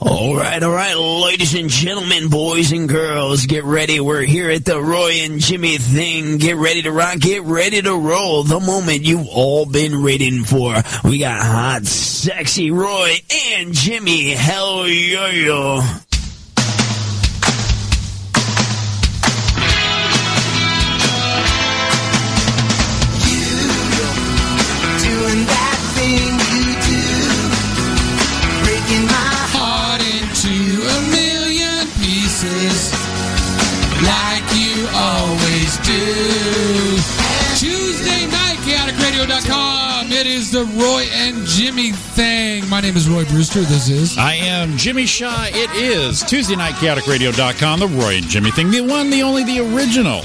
All right, all right, ladies and gentlemen, boys and girls, get ready. We're here at the Roy and Jimmy thing. Get ready to rock, get ready to roll. The moment you've all been waiting for. We got hot, sexy Roy and Jimmy. Hell yo yo. Doing that thing you do, breaking my heart into a million pieces, like you always do. Tuesday night, chaoticradio.com. It is the Roy and Jimmy thing. My name is Roy Brewster. This is. I am Jimmy Shaw. It is Tuesday night, chaoticradio.com, the Roy and Jimmy thing, the one, the only, the original.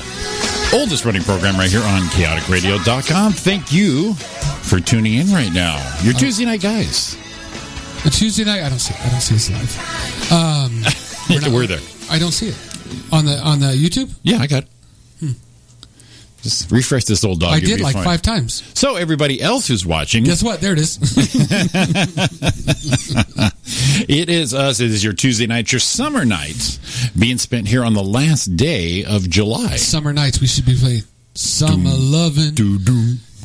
Oldest running program right here on chaoticradio.com. Thank you for tuning in right now. Your Tuesday night guys. A Tuesday night. I don't see. I don't see this live. Um, We're, there. I don't see it on the on the YouTube. Yeah, I got it. Just refresh this old dog. Hmm. I you'll did be like fine. five times. So everybody else who's watching, Guess what? There it is. It is us. It is your Tuesday night, your summer night, being spent here on the last day of July. Summer nights. We should be playing summer lovin'.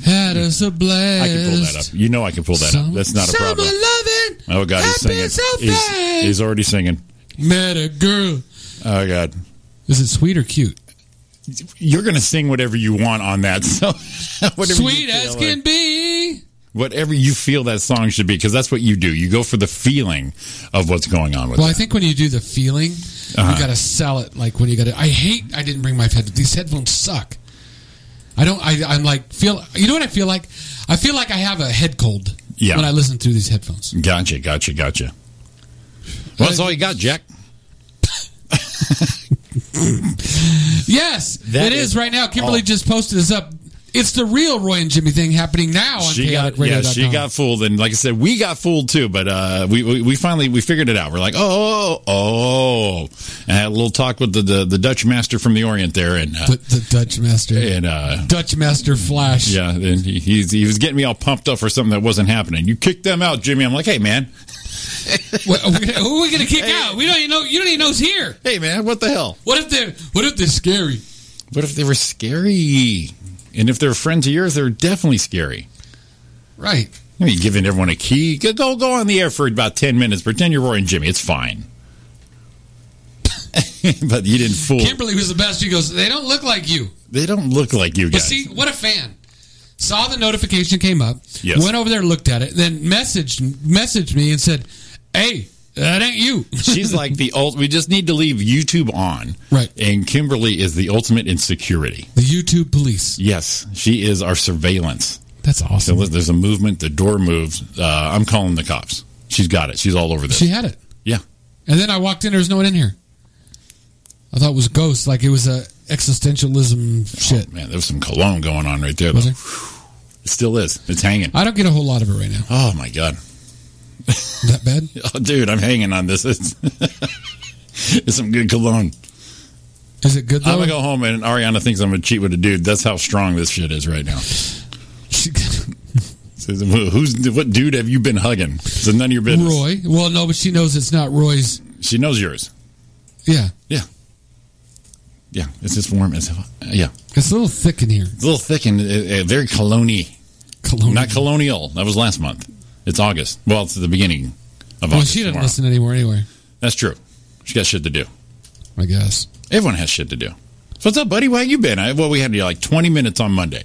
Had us a blast. I can pull that up. You know I can pull that up. That's not a problem. Summer lovin'. Oh God, he's happened singing. So he's, fast. he's already singing. Met a girl. Oh God, Is it sweet or cute? you're gonna sing whatever you want on that. So whatever sweet you feel as like- can be. whatever you feel that song should be, because that's what you do. You go for the feeling of what's going on with Well, I it. think when you do the feeling, Uh-huh. you got to sell it. Like when you got to. I hate. I didn't bring my head. These headphones suck. I don't. I, I'm like feel. You know what I feel like? I feel like I have a head cold. Yeah. When I listen through these headphones. Gotcha, gotcha, gotcha. Well, that's all you got, Jack. Yes, That it is, is right now. Kimberly all. just posted this up. It's the real Roy and Jimmy thing happening now on She got, chaoticradio.com. yeah, she got fooled, and like I said, we got fooled too. But uh, we, we we finally we figured it out. We're like, oh, oh, and had a little talk with the, the, the Dutch master from the Orient there, and uh, the, the Dutch master. and uh, Dutch master Flash. Yeah, and he, he's, he was getting me all pumped up for something that wasn't happening. You kicked them out, Jimmy. I'm like, hey man, Wha- are we gonna- who are we gonna kick out? We don't even know. You don't even know who's here. hey man, what the hell? What if they're What if they're scary? What if they were scary? And if they're friends of yours, they're definitely scary. Right. I mean, giving everyone a key. Go, go go on the air for about ten minutes. Pretend you're Roy and Jimmy. It's fine. but you didn't fool. Kimberly was the best. She goes. They don't look like you. They don't look like you But guys. see, what a fan. Saw the notification came up. Yes. Went over there, looked at it, then messaged messaged me and said, "Hey, that ain't you." She's like the ult. We just need to leave YouTube on. Right. And Kimberly is the ultimate in security. the YouTube police. Yes, she is our surveillance. That's So awesome. li- there's a movement. The door moves. Uh, I'm calling the cops. She's got it. She's all over this. She had it. yeah. And then I walked in, there was no one in here. I thought it was ghosts, like it was a existentialism shit. Oh, Man, there was some cologne going on right there. Though. Was there? It still is. It's hanging. I don't get a whole lot of it right now. Oh my god, That bad? oh, dude, I'm hanging on this. It's, it's some good cologne. Is it good I'm though? gonna go home and Ariana thinks I'm gonna cheat with a dude. That's how strong this shit is right now. Says, "Who- Who's what dude have you been hugging? So none of your business. Roy. Well, no, but she knows it's not Roy's. She knows yours. Yeah, Yeah, yeah. It's just warm as yeah. it's a little thick in here. It's a little thick and uh, uh, very cologne Cologne. Not colonial. That was last month. It's August. Well, it's the beginning of well, August. she doesn't tomorrow. listen anymore anyway. That's true. She got shit to do. I guess. Everyone has shit to do. So what's up, buddy? Where you been? I, well, we had like 20 minutes on Monday.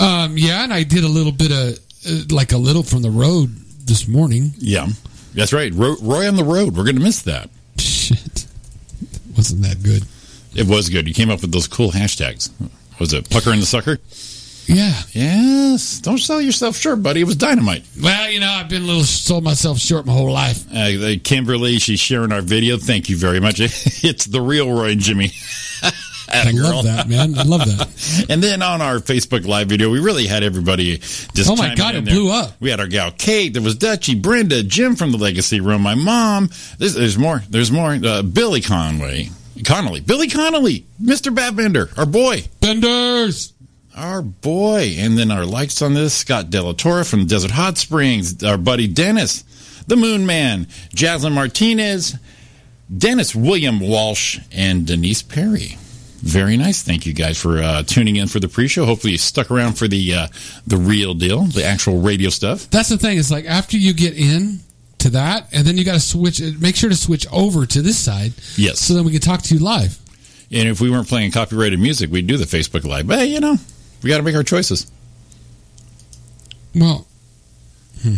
Um, yeah, and I did a little bit of uh, like a little from the road this morning. Yeah. That's right. Ro- Roy on the road. We're going to miss that. Shit, wasn't that good? It was good. You came up with those cool hashtags. What Was it Pucker and the Sucker? Yeah. Yes. Don't sell yourself short, buddy. It was dynamite. Well, you know, I've been a little sold myself short my whole life. Uh, uh, Kimberly, she's sharing our video. Thank you very much. It's the real Roy and Jimmy. I love that, man. I love that. And then on our Facebook live video, we really had everybody just. Oh my chiming God, in it there. blew up. We had our gal Kate. There was Dutchie, Brenda, Jim from the Legacy Room, my mom. There's, there's more. There's more. Uh, Billy Conway, Connolly, Billy Connolly, Mr. Badbender, our boy, Benders. our boy. And then our likes on this: Scott Della Torre from Desert Hot Springs, our buddy Dennis. The Moon Man, Jaslyn Martinez, Dennis William Walsh, and Denise Perry. Very nice. Thank you guys for uh, tuning in for the pre-show. Hopefully you stuck around for the uh, the real deal, the actual radio stuff. That's the thing. It's like after you get in to that, and then you got to switch. uh, Make sure to switch over to this side. Yes. So then we can talk to you live. And if we weren't playing copyrighted music, we'd do the Facebook Live. But hey, you know, we got to make our choices. Well. hmm.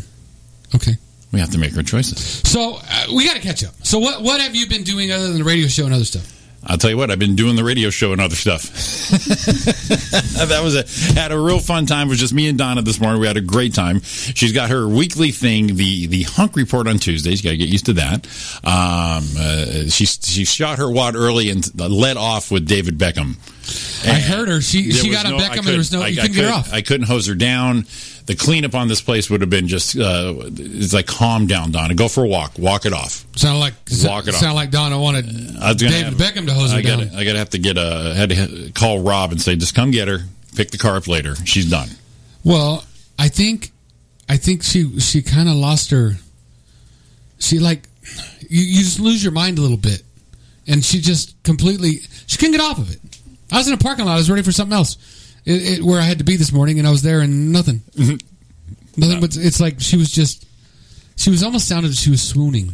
Okay. We have to make our choices. So uh, we got to catch up. So what what have you been doing other than the radio show and other stuff? I'll tell you what, I've been doing the radio show and other stuff. that was a had a real fun time. It was just me and Donna this morning. We had a great time. She's got her weekly thing, the the hunk report on Tuesdays. You got to get used to that. Um, uh, she she shot her wad early and led off with David Beckham. I heard her. She There she was got no- on I Beckham and there was no couldn't- you I, I couldn't get her couldn't- off. I couldn't hose her down. The cleanup on this place would have been just uh, it's like calm down, Donna. Go for a walk. Walk it off. Sound like Walk it off. sound like Donna wanted I was gonna David have- Beckham to hose her I down. gotta, I gotta have to get a had to call Rob and say just come get her, pick the car up later. She's done. Well, I think I think she she kind of lost her. She like you, you just lose your mind a little bit, and she just completely she couldn't get off of it. I was in a parking lot. I was ready for something else, it, it, where I had to be this morning, and I was there and nothing, nothing. But it's like she was just she was almost sounded she was swooning.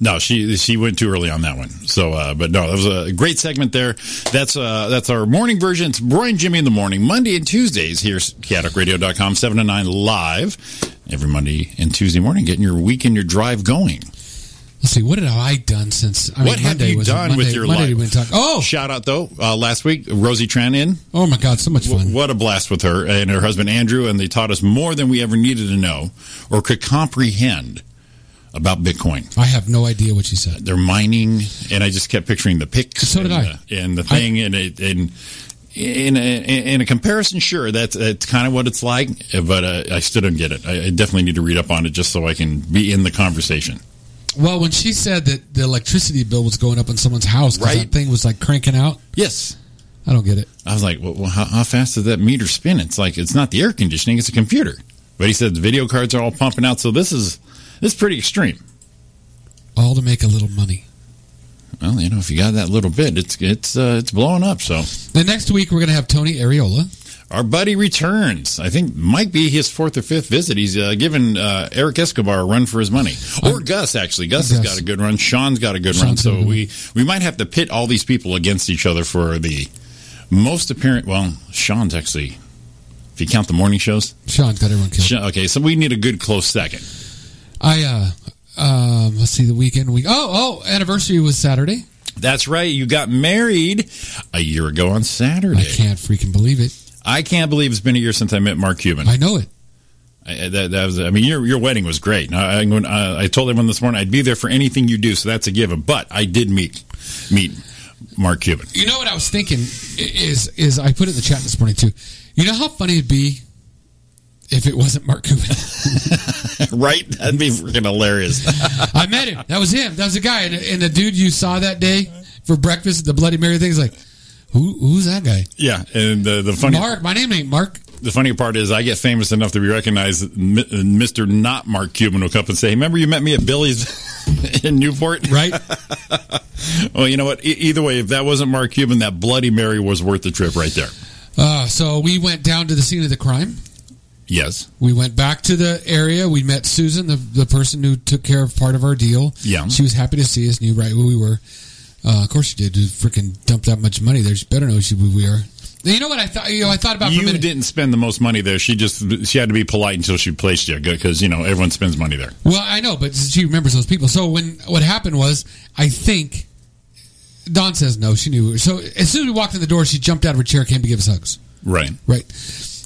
No, she she went too early on that one. So, uh, but no, that was a great segment there. That's uh, that's our morning version. It's Brian Jimmy in the morning, Monday and Tuesdays here, chaoticradio.com, 7 to 9 live every Monday and Tuesday morning, getting your week and your drive going. Let's see, what have I done since? I What have you was- done with your Monday life? we didn't talk- Oh, Shout out though, uh, last week, Rosie Tran in. oh my God, so much fun. What a blast with her and her husband Andrew, and they taught us more than we ever needed to know or could comprehend about Bitcoin. I have no idea what she said. They're mining, and I just kept picturing the pics So did and, I. The, and the thing, and it, and in a, in a comparison, sure, that's that's kind of what it's like, but uh, I still don't get it. I, I definitely need to read up on it just so I can be in the conversation. Well, when she said that the electricity bill was going up in someone's house because Right. that thing was like cranking out, Yes. I don't get it. I was like, well, well, how, how fast does that meter spin? It's like it's not the air conditioning; it's a computer. But he said the video cards are all pumping out, so this is this is pretty extreme. All to make a little money. Well, you know, if you got that little bit, it's it's uh, it's blowing up. So Then next week we're going to have Tony Areola. our buddy returns. I think might be his fourth or fifth visit. He's uh, given uh, Eric Escobar a run for his money, or Gus actually. Gus, has Gus. got a good run. Sean's got a good run. Sean's got a So good we we might have to pit all these people against each other for the most apparent. Well, Sean's actually, if you count the morning shows, Sean's got everyone killed. Sean, okay. So we need a good close second. I uh, um, let's see the weekend week. Oh, oh, anniversary was Saturday. That's right. You got married a year ago on Saturday. I can't freaking believe it. I can't believe it's been a year since I met Mark Cuban. I know it. I, I- that, that was, I mean, your your wedding was great. I, I, when, uh, I, I told everyone this morning I'd be there for anything you do, so that's a given. But I did meet meet Mark Cuban. You know what I was thinking i- is is I put it in the chat this morning too. You know how funny it'd be if it wasn't Mark Cuban. right? That'd be freaking hilarious. I met him. That was him. That was the guy. And, and the dude you saw that day for breakfast, the Bloody Mary thing, is like, who, who's that guy? yeah, and the the funny Mark. My name ain't Mark. the funny part is I get famous enough to be recognized. M- Mr. Not Mark Cuban will come up and say, "Remember you met me at Billy's." In Newport, Right? Well, you know what? E- either way, if that wasn't Mark Cuban, that Bloody Mary was worth the trip right there. uh, so we went down to the scene of the crime. Yes. We went back to the area. We met Susan, the, the person who took care of part of our deal. Yeah. She was happy to see us, knew right where we were. Uh, of course she did. Who freaking dumped that much money there. She better know she, where we are. You know what I thought? You know, I thought about for a You minute. didn't spend the most money there. She just she had to be polite until she placed you because you know everyone spends money there. Well, I know, but she remembers those people. So when what happened was, I think Dawn says no. She knew. So as soon as we walked in the door, she jumped out of her chair, came to give us hugs. Right. Right.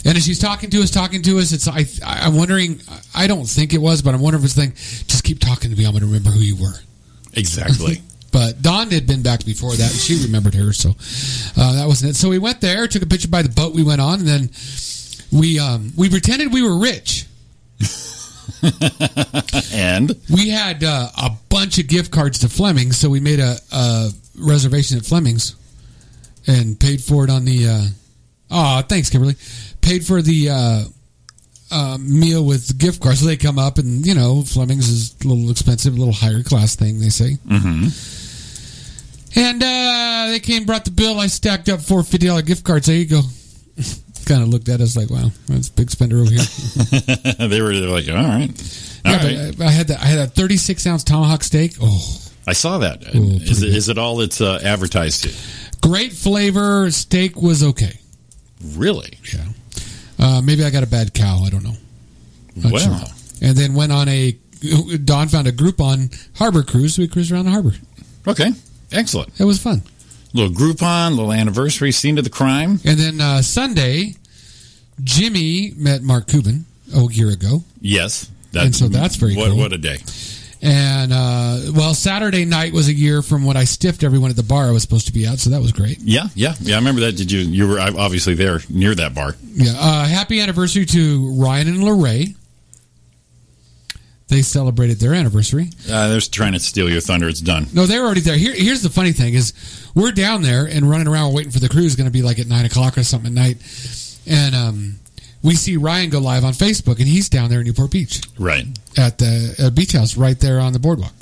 And as she's talking to us, talking to us, it's I. I'm wondering. I don't think it was, but I'm wondering if it's thing. Just keep talking to me. I'm going to remember who you were. Exactly. But Dawn had been back before that, and she remembered her, so uh, that wasn't it. So we went there, took a picture by the boat we went on, and then we um, we pretended we were rich. and We had uh, a bunch of gift cards to Fleming's, so we made a, a reservation at Fleming's and paid for it on the. Uh, oh, thanks, Kimberly. Paid for the uh, uh, meal with gift cards. So they come up, and you know, Fleming's is a little expensive, a little higher class thing. They say. Mm-hmm. And uh, they came, brought the bill. I stacked up four fifty dollar gift cards. There you go. kind of looked at us like, wow, that's a big spender over here. they were they were like, all right, all yeah, right. but uh, I, I had that. I had a thirty six ounce tomahawk steak. Oh. I saw that. Is Oh, it, pretty is it all it's uh, advertised to? Great flavor. Steak was okay. Really? Yeah. Uh, maybe I got a bad cow. I don't know. Not sure. Wow. And then went on a. Don found a Groupon harbor cruise. We cruised around the harbor. Okay. Excellent. It was fun. Little Groupon, little anniversary, scene of the crime. And then uh, Sunday, Jimmy met Mark Cuban a year ago. Yes. And so that's very what, cool. What a day. And, uh, well, Saturday night was a year from when I stiffed everyone at the bar. I was supposed to be out, so that was great. Yeah, yeah, yeah. I remember that. Did you? You were uh, obviously there near that bar. Yeah. Uh, happy anniversary to Ryan and Larray. They celebrated their anniversary. Uh, they're trying to steal your thunder. It's done. No, they were already there. Here, here's the funny thing is we're down there and running around waiting for the cruise going to be like at nine o'clock or something at night. And um, we see Ryan go live on Facebook and he's down there in Newport Beach Right. at the uh, beach house right there on the boardwalk.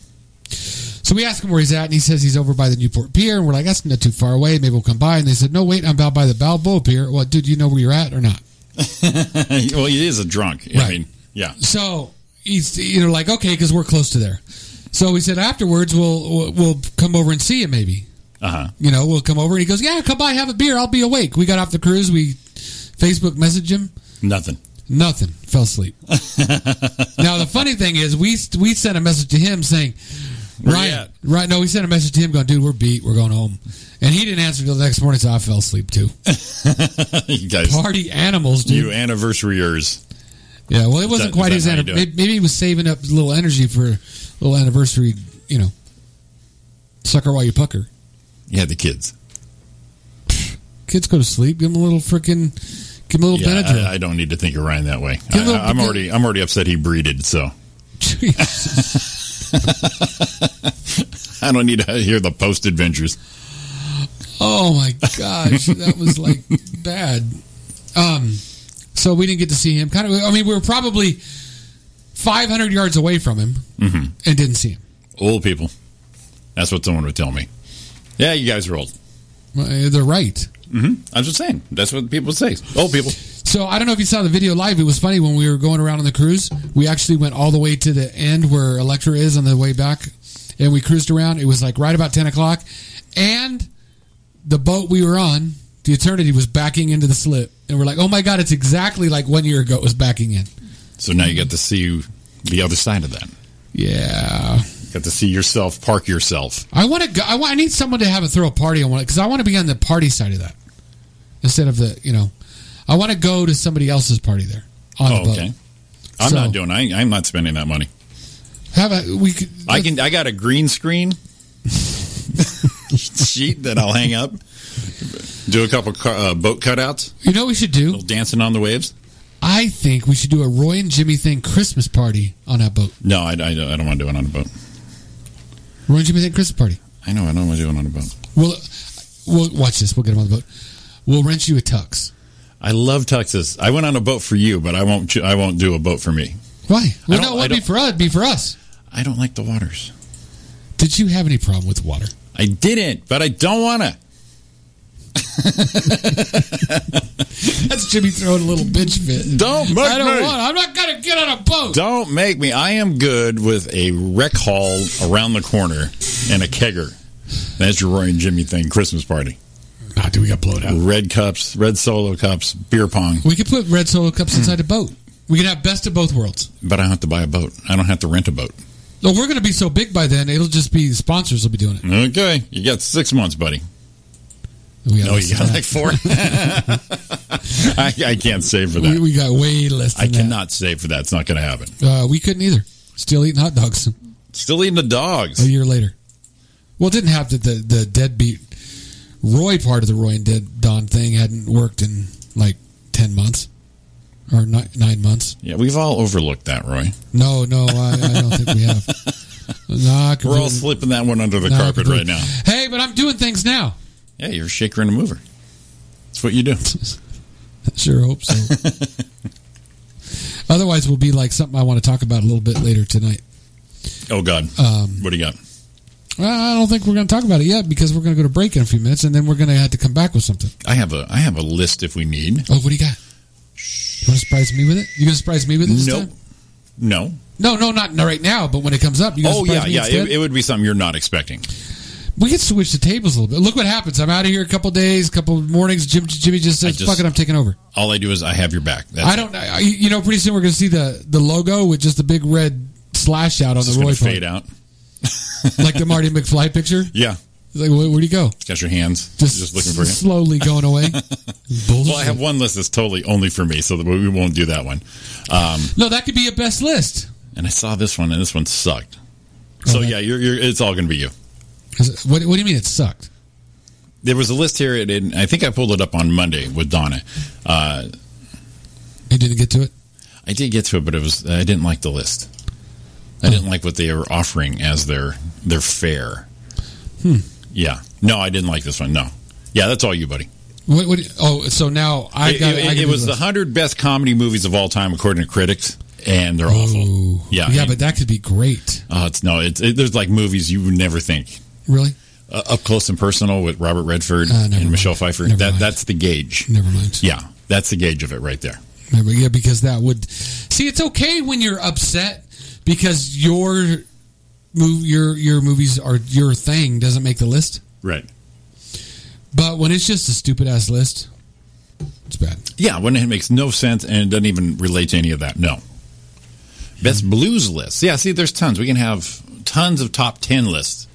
So we ask him where he's at and he says he's over by the Newport Pier. And we're like, that's not too far away. Maybe we'll come by. And they said, no, wait, I'm about by the Balboa Pier. Well, dude, you know where you're at or not? well, he is a drunk. I Right. mean, yeah. So he's you know like okay because we're close to there. So we said afterwards we'll we'll come over and see you maybe. Uh-huh. You know we'll come over and he goes yeah come by have a beer I'll be awake. We got off the cruise we Facebook messaged him Nothing. nothing fell asleep. now the funny thing is we we sent a message to him saying. Where you Ryan, at? right? No, we sent a message to him going, "Dude, we're beat. We're going home," and he didn't answer until the next morning. So I fell asleep too. you guys, Party animals, dude. you anniversariers. Yeah, well, it wasn't that- quite his is that how you anniversary. do it? Maybe, maybe he was saving up a little energy for a little anniversary, you know, sucker while you pucker. Yeah, the kids. Kids go to sleep. Give them a little freaking, give them a little Yeah, Benadryl. I, I don't need to think of Ryan that way. Give him a- I, I'm already, I'm already upset he breeded. So Jeez. I don't need to hear the post adventures. oh my gosh, that was like bad. Um, so we didn't get to see him. Kind of. I mean, we were probably 500 yards away from him and didn't see him. Old people. That's what someone would tell me. Yeah, you guys are old. Well, Uh, they're right. Mm-hmm. I'm just saying. That's what people say. Old people. So I don't know if you saw the video live. It was funny when we were going around on the cruise. We actually went all the way to the end where Electra is on the way back, and we cruised around. It was like right about ten o'clock, and the boat we were on, the Eternity, was backing into the slip, and we're like, "Oh my god, it's exactly like one year ago it was backing in." So now you get to see the other side of that. Yeah, You get to see yourself park yourself. I want to go. I, want, I need someone to have a throw a party on one because I want to be on the party side of that instead of the you know, I want to go to somebody else's party there on the Oh, boat. okay. I'm So- not doing. I, I'm not spending that money. Have a we could. I can. I got a green screen sheet that I'll hang up. Do a couple cu- uh, boat cutouts. You know what we should do? little dancing on the waves. I think we should do a Roy and Jimmy thing Christmas party on that boat. No, I, I, I don't want to do it on a boat. Roy and Jimmy thing Christmas party. I know. I don't want to do it on a boat. We'll, we'll watch this. We'll get them on the boat. We'll rent you a tux. I love Texas. I went on a boat for you, but I won't. I won't do a boat for me. Why? Well, don't- no, it I wouldn't be don't- for us. It'd be for us. I don't like the waters. Did you have any problem with water? I didn't, but I don't want to. That's Jimmy throwing a little bitch fit. Don't make I don't me. want. I'm not gonna get on a boat. Don't make me. I am good with a rec hall around the corner and a kegger. That's your Roy and Jimmy thing, Christmas party. Ah, dude, we got blown out. Red cups, red solo cups, beer pong. We could put red solo cups Hmm. inside the boat. We could have best of both worlds. But I don't have to buy a boat. I don't have to rent a boat. No, we're gonna be so big by then. It'll just be sponsors will be doing it. Okay, you got six months, buddy. We Oh, got No, less you than got that. like four. I, I can't save for we, that. we got way less. Than I that. cannot save for that. It's not going to happen. Uh, we couldn't either. Still eating hot dogs a Still eating the dogs. year later. Well, it didn't have the, the the deadbeat Roy part of the Roy and Dead Don thing hadn't worked in like ten months or ni- nine months. Yeah, we've all overlooked that, Roy. No, no, I, I don't think we have. Nah, I We're all completely- slipping that one under the nah, I carpet right completely- now. Hey, but I'm doing things now. Yeah, you're a shaker and a mover. That's what you do. Sure hope so. Otherwise, will be like something I want to talk about a little bit later tonight. Oh God, Um, what do you got? well, I don't think we're going to talk about it yet because we're going to go to break in a few minutes, and then we're going to have to come back with something. I have a I have a list if we need. Oh, what do you got? You want to surprise me with it? You going to surprise me with it? This No, time? no. no, no, not right now. But when it comes up, you gonna Oh surprise yeah, me yeah. instead? It, it would be something you're not expecting. we could switch the tables a little bit. Look what happens. I'm out of here a couple days, couple mornings. Jim, Jimmy just I says, just- "Fuck it, I'm taking over." All I do is I have your back. That's I don't. I, you know, pretty soon we're going to see the the logo with just a big red slash out on It's the Roy going to part, fade out. like the Marty McFly picture. Yeah, It's Like, where, where'd he go? it's got your hands. Just, Just, looking for him. slowly going away. Bullshit. Well, I have one list that's totally only for me, so that we won't do that one. Um, no, that could be a best list. and I saw this one, and this one sucked. So Okay. yeah, you're, you're, it's all going to be you. Is it- What, what do you mean it sucked? There was a list here, and- and I think I pulled it up on Monday with Donna. Uh, You didn't get to it. I did get to it, but it was I didn't like the list. I didn't like what they were offering as their their fare. Hmm. Yeah. No, I didn't like this one. No. Yeah, that's all you, buddy. What? what oh, so now I It, got. it- I it can do was the list. hundred best comedy movies of all time, according to critics, and they're awful. Oh, Yeah, yeah, and- but that could be great. Oh, it's no, it's it, there's like movies you would never think Really? uh, up close and personal with Robert Redford Uh, never and mind. Michelle Pfeiffer. Never that mind. that's the gauge. Never mind. Yeah, that's the gauge of it right there. Yeah, but- yeah, because that would see. It's okay when you're upset because your move your your movies are your thing doesn't make the list. Right. But when it's just a stupid ass list, it's bad. Yeah, when it makes no sense and it doesn't even relate to any of that. No. Best blues lists. Yeah, see, there's tons. We can have tons of top 10 lists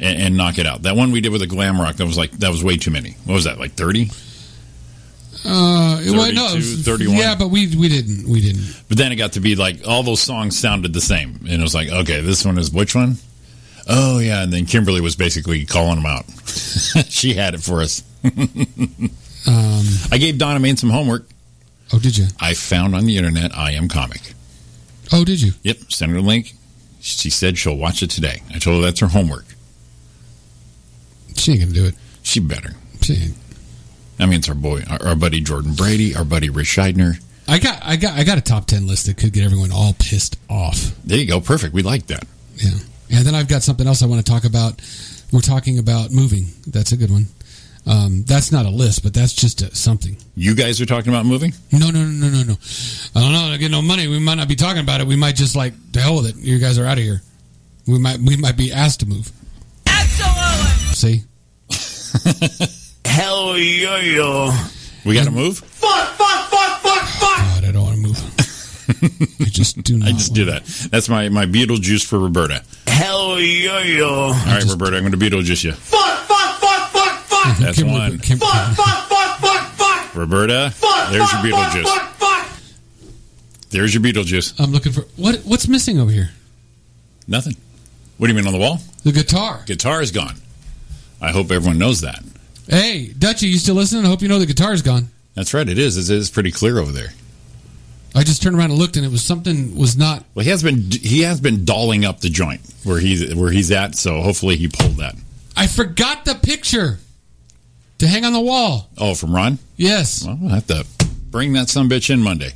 and, and knock it out. That one we did with the glam rock, that was like, that was way too many. What was that, like 30? Uh, it- well, no, it 32, was- 31. Yeah, but we we didn't we didn't. But then it got to be like, all those songs sounded the same. And it was like, okay, this one is which one? Oh, yeah. And then Kimberly was basically calling them out. she had it for us. Um, I gave Donna Main some homework. oh, did you? I found on the internet I Am Comic. Oh, did you? Yep, sent her the link. She said she'll watch it today. I told her that's her homework. She ain't gonna do it. She better. She ain't. I mean, it's our boy, our, our buddy Jordan Brady, our buddy Rich Scheidner. I got I got I got a top ten list that could get everyone all pissed off. There you go. Perfect. We like that. Yeah. And then I've got something else I want to talk about. We're talking about moving. That's a good one. Um, that's not a list, but that's just a, something. You guys are talking about moving? No, no, no, no, no, no. I don't know. I get no money. We might not be talking about it. We might just like the hell with it. You guys are out of here. We might we might be asked to move. Absolutely. See, Hell yo yo. We got to move? Fuck, fuck, fuck, fuck, fuck. God, I don't want to move. I just do not. I just want- do that. That's my, my Beetlejuice for Roberta. Hell yo yo. All right, Roberta, I'm going to Beetlejuice you. Fuck, fuck, fuck, fuck, fuck. That's Kimberly- one. Kim- Fuck, fuck, fuck, fuck, fuck. Roberta, Fuck, there's fuck, your fuck, Beetlejuice. fuck, fuck. There's your Beetlejuice. I'm looking for what what's missing over here. Nothing. What do you mean on the wall? The guitar. Guitar is gone. I hope everyone knows that. Hey, Dutchy, you still listening? I hope you know the guitar's gone. That's right. It is. It is pretty clear over there. I just turned around and looked, and it was something was not Well, he has been he has been dolling up the joint where he's where he's at. So hopefully he pulled that. I forgot the picture to hang on the wall. Oh, from Ron. Yes. Well, we'll have to bring that some bitch in Monday.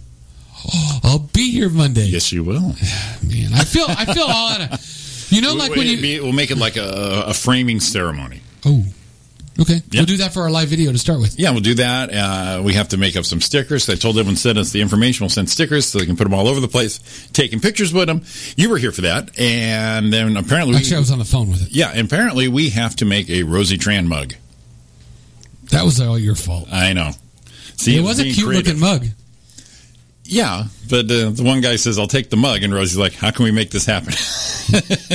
I'll be here Monday. Yes, you will. Man, I feel I feel all out of You know We'll- like when it'd you be- we'll make it like a, a framing ceremony. Oh. Okay. Yeah. We'll do that for our live video to start with. Yeah, we'll do that. Uh, we have to make up some stickers. I told everyone to send us the information. We'll send stickers so they can put them all over the place, taking pictures with them. You were here for that, and then apparently, Actually, I was on the phone with it. yeah, and apparently we have to make a Rosie Tran mug. That was all your fault. I know. See, it was a being cute looking creative. mug. Yeah, but uh, the one guy says, "I'll take the mug," and Rosie's like, "How can we make this happen?"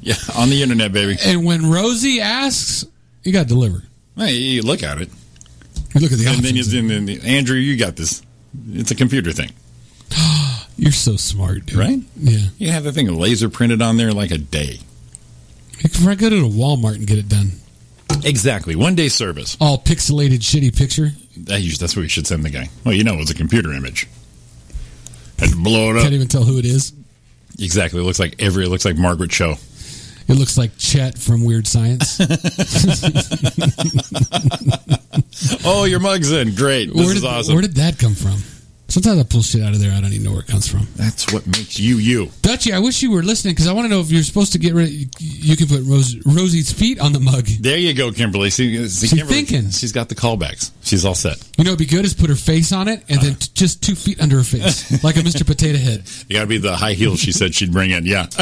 yeah, on the internet, baby. And when Rosie asks, you got to deliver. Hey, you look at it, You look at the and then you, options. then, then Andrew, you got this. It's a computer thing, You're so smart, dude. right? Yeah. You have the thing laser printed on there like a day. You can probably go to Walmart and get it done. Exactly, one day service. All pixelated, shitty picture. That you- That's what we should send the guy. Well, you know, it was a computer image. Had to blow it Can't up. even tell who it is. Exactly. It looks like every. It looks like Margaret Cho. It looks like Chet from Weird Science. Oh, your mug's in. Great. This where, is did, awesome. where did that come from? Sometimes I pull shit out of there. I don't even know where it comes from. That's what makes you you. Dutchie, I wish you were listening because I want to know if you're supposed to get rid. You, you can put Rose, Rosie's feet on the mug. There you go, Kimberly. See, see, She's Kimberly, thinking. She's got the callbacks. She's all set. You know, it'd be good is put her face on it Uh. and then t- just two feet under her face, like a Mr. Potato Head. You got to be the high heels she said she'd bring in. Yeah.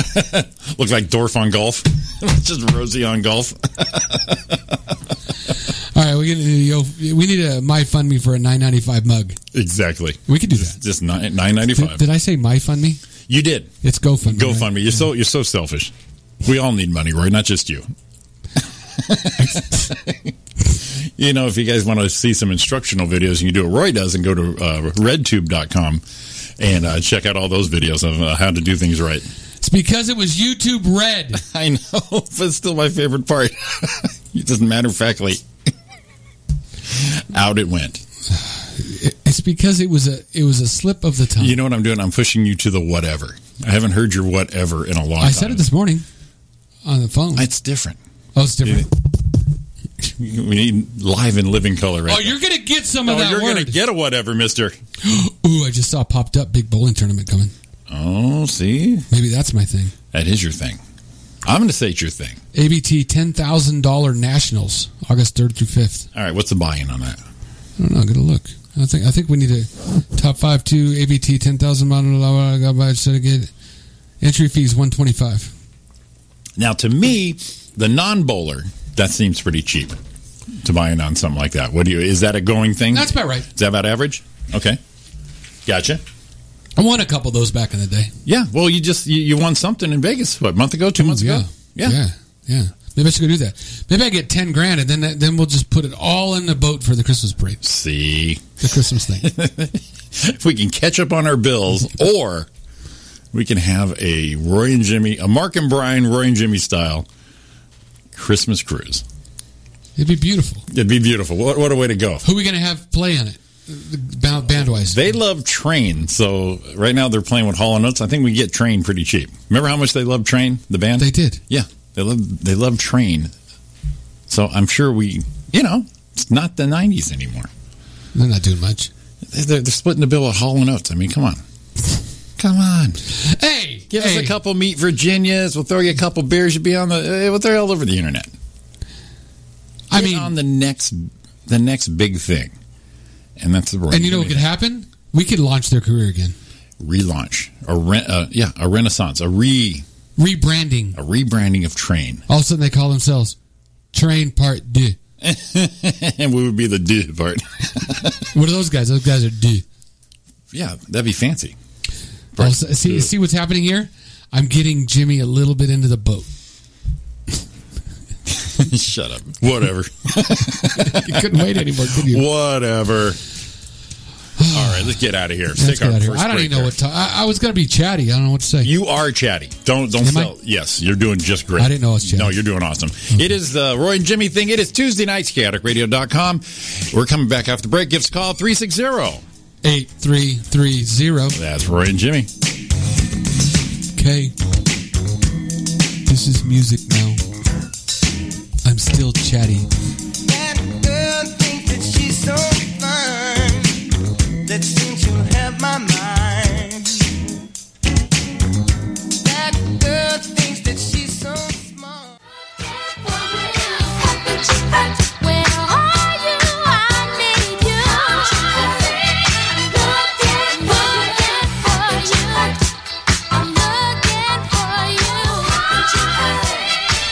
Looks like Dorf on golf. Just Rosie on golf. All right, we need we need a my fund me for a nine ninety five mug. exactly. We could do that. Just nine nine ninety Did, five. did I say my fund me? You did. It's GoFundMe. right? GoFundMe. You're so you're so selfish. We all need money, Roy, not just you. you know, if you guys want to see some instructional videos, you can do what Roy does and go to uh, redtube.com and uh, check out all those videos of uh, how to do things right. It's because it was YouTube Red. I know, but it's still my favorite part. it doesn't matter factly. Out it went. It's because it was a it was a slip of the tongue. You know what I'm doing? I'm pushing you to the whatever. I haven't heard your whatever in a long time. I said it this morning on the phone. It's different. oh, it's different. We need live and living color. Right Oh, you're gonna get some of Oh, that you're word. gonna get a whatever, Mister. Ooh, I just saw popped up big bowling tournament coming. Oh, see, Maybe that's my thing. that is your thing. I'm gonna say it's your thing. ABT ten thousand dollar nationals, August third through fifth. All right, what's the buy-in on that? I don't know. I'm gonna look. I think I think we need a top five two ABT ten thousand dollar entry fees one twenty five. Now, to me, the non-bowler that seems pretty cheap to buy in on something like that. What do you? Is that a going thing? That's about right. Is that about average? Okay, gotcha. I won a couple of those back in the day. Yeah. Well, you just you, you won something in Vegas what a month ago, two months yeah. ago. yeah, yeah, yeah. Maybe I should go do that. Maybe I get ten grand, and then that, then we'll just put it all in the boat for the Christmas parade, See, the Christmas thing. if we can catch up on our bills, or we can have a Roy and Jimmy, a Mark and Brian, Roy and Jimmy style Christmas cruise. It'd be beautiful. It'd be beautiful. What, what a way to go. Who are we gonna have play on it? Band, band wise, They love train, so right now they're playing with Hall and Oates. I think we get train pretty cheap. Remember how much they love train, the band? they did. yeah, they love they love train. So I'm sure we, you know, it's not the '90s anymore. They're not doing much. They're, they're splitting the bill with Hall and Oates. I mean, come on, come on. Hey, Give hey. us a couple meat Virginias. We'll throw you a couple beers. You'll be on the. eh, Well, they're all over the internet. I Get mean, on the next, the next big thing, and that's the. Roy and you know what could Jimmy happen? We could launch their career again. relaunch a re, uh, yeah a renaissance a re Rebranding. a rebranding of Train, All of a sudden, they call themselves Train Part D. and we would be the D part. What are those guys? Those guys are D. yeah, that'd be fancy. All of a sudden- see, see what's happening here? I'm getting Jimmy a little bit into the boat. Shut up. Whatever. You couldn't wait anymore, could you? Whatever. All right, let's get out of here. Let's Take get our out of here. first I don't break even know there. what to, I, I was going to be chatty. I don't know what to say. You are chatty. Don't don't Am I? sell. Yes, you're doing just great. I didn't know I was chatty. No, you're doing awesome. It is the Roy and Jimmy thing. It is Tuesday nights, chaoticradio.com. We're coming back after the break. Give us a call 360. Eight three three zero. That's Roy and Jimmy. Okay. This is music now. I'm still chatty. That girl thinks that she's so fine. That seems to have my mind. That girl thinks that she's so smart.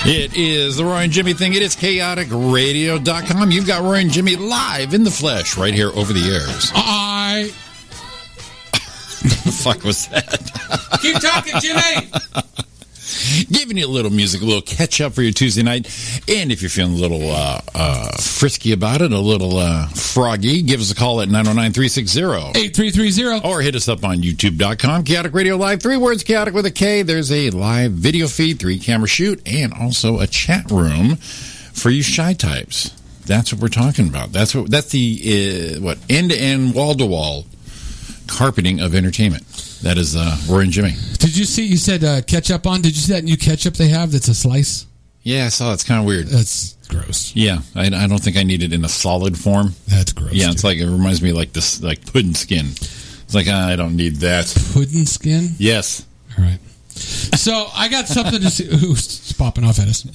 It is the Roy and Jimmy thing. It is chaoticradio.com. You've got Roy and Jimmy live in the flesh right here over the airs. I the fuck was that? keep talking, Jimmy. giving you a little music, a little catch up for your Tuesday night. And if you're feeling a little uh, uh, frisky about it, a little uh, froggy, give us a call at 909 360. Eight three three zero. Or hit us up on youtube.com, Chaotic Radio Live. Three words, chaotic with a K. There's a live video feed, three camera shoot, and also a chat room for you shy types. That's what we're talking about. That's what that's the uh, what end to end, wall to wall carpeting of entertainment. That is uh, Roy and Jimmy. Did you see? You said uh, ketchup on. Did you see that new ketchup they have? That's a slice. Yeah, I saw it's kind of weird. That's gross. Yeah, I, I don't think I need it in a solid form. That's gross. Yeah, it's like it reminds me like this like pudding skin. It's It's like, ah, I don't need that. Puddin skin. Yes. All right. So I got something to see. Who's popping off at us?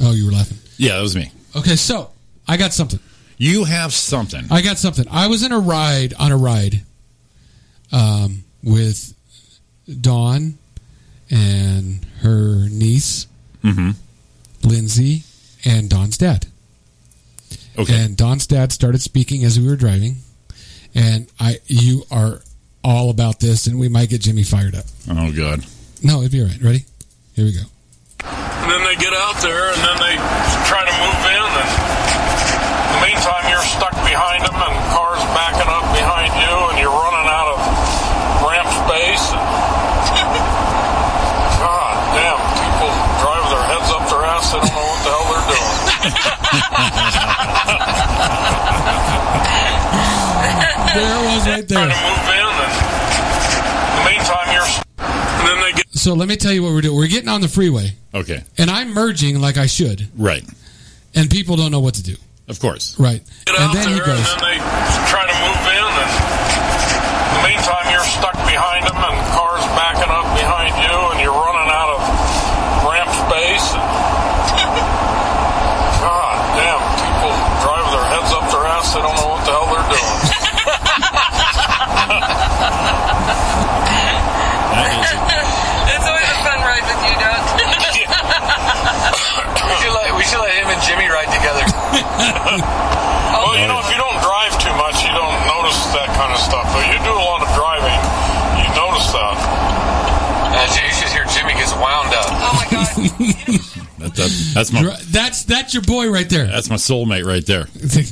Oh, you were laughing. Yeah, that was me. Okay, so I got something. You have something. I got something. I was in a ride on a ride um, with Dawn and her niece, Lindsay, and Dawn's dad. Okay. And Don's dad started speaking as we were driving, and I, you are all about this, and we might get Jimmy fired up. oh, God. No, it'd be all right. Ready? Here we go. And then they get out there and then they try to move in. And in the meantime, you're stuck behind them and cars backing up behind you and you're running out of ramp space. God damn, people drive their heads up their ass. They don't know what the hell they're doing. There it was right Trying to there. move in and in the meantime, you're. st- And then they get. So let me tell you what we're doing. We're getting on the freeway, Okay. and I'm merging like I should, Right. and people don't know what to do. Of course. Right. get And out then there he and goes, then they try to move in and in the meantime you're stuck behind them and cars backing up behind you and you're running out of ramp space god damn people drive their heads up their ass they don't know what the hell they're doing That It's always a fun ride with you, Doug. We should, let, we should let him and Jimmy ride together. well you know if you don't drive too much you don't notice that kind of stuff but you do a lot of driving you notice that Uh, you should hear Jimmy gets wound up. Oh my god. is, that, that, that's my Dri- that's that's your boy right there. that's my soulmate right there.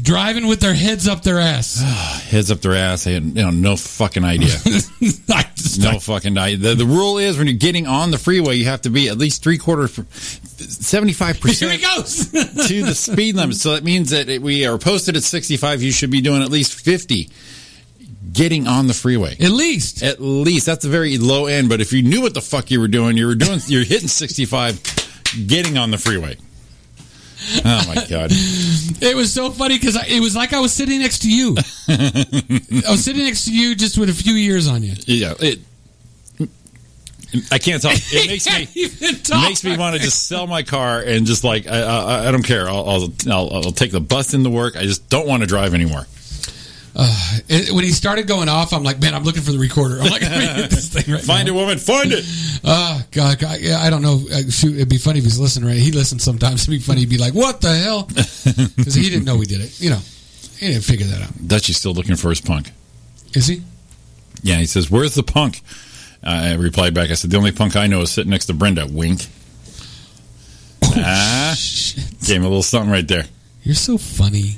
Driving with their heads up their ass. Heads up their ass. They had, you know, no fucking idea. I just- No fucking idea. The, the rule is when you're getting on the freeway, you have to be at least three quarters, seventy five Here he percent goes. to the speed limit. So that means that it, we are posted at sixty five. You should be doing at least fifty. Getting on the freeway. At least. At least that's the very low end. But if you knew what the fuck you were doing, you were doing, you're hitting 65, getting on the freeway. Oh my god! It was so funny because it was like I was sitting next to you. I was sitting next to you just with a few years on you. Yeah, it. I can't talk. It makes me. Can't even It talk. makes me want to just sell my car and just like I, I, I don't care. I'll, I'll I'll I'll take the bus into work. I just don't want to drive anymore. It- when he started going off, I'm like, man, I'm looking for the recorder. I'm like, I'm gonna get this thing right Find a woman, find it. Oh, God, God. Yeah, I don't know. Uh, Shoot, it'd be funny if he's listening, right? He listens sometimes. It'd be funny. He'd be like, what the hell? Because he didn't know we did it. You know, he didn't figure that out. Dutchy's still looking for his punk. Is he? Yeah, he says, "Where's the punk?" I replied back. I said, "The only punk I know is sitting next to Brenda." Wink. ah, gave him a little something right there. Oh, You're so funny.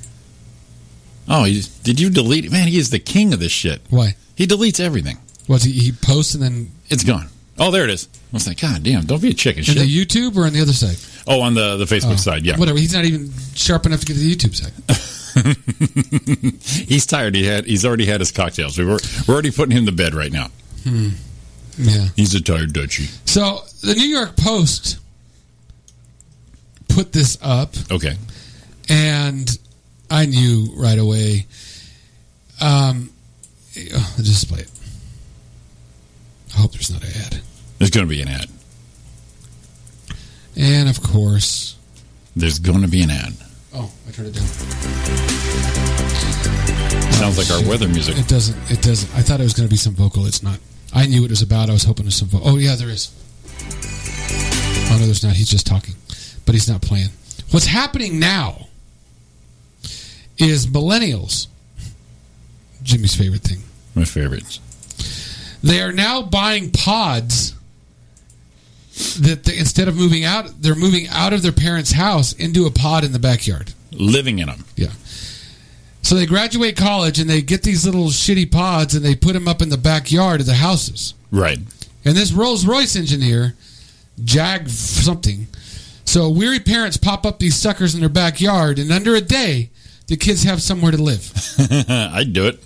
Oh, he, did you delete? Man, he is the king of this shit. Why? He deletes everything. What's he, he posts and then It's gone. Oh, there it is. I was like, God damn! Don't be a chicken in shit. the YouTube or on the other side? oh, on the the Facebook side, yeah. Whatever. He's not even sharp enough to get to the YouTube side. He's tired. He had. He's already had his cocktails. We were we're already putting him to bed right now. Yeah. He's a tired Dutchie. So the New York Post put this up, Okay. and I knew right away. Um, oh, I'll just play it. I hope there's not an ad. There's going to be an ad. And of course, There's going to be an ad. oh, I turned it down. Sounds like our weather music. It doesn't. It doesn't. I thought it was going to be some vocal. It's not. I knew what it was about. I was hoping it was some vocal. Oh yeah, there is. Oh no, there's not. He's just talking, but he's not playing. What's happening now is millennials. Jimmy's favorite thing. My favorites. They are now buying pods. That they, instead of moving out, they're moving out of their parents' house into a pod in the backyard. Living in them. Yeah. So they graduate college and they get these little shitty pods and they put them up in the backyard of the houses. Right. And this Rolls Royce engineer, Jag something, so weary parents pop up these suckers in their backyard, and under a day, the kids have somewhere to live. Uh, I'd do it.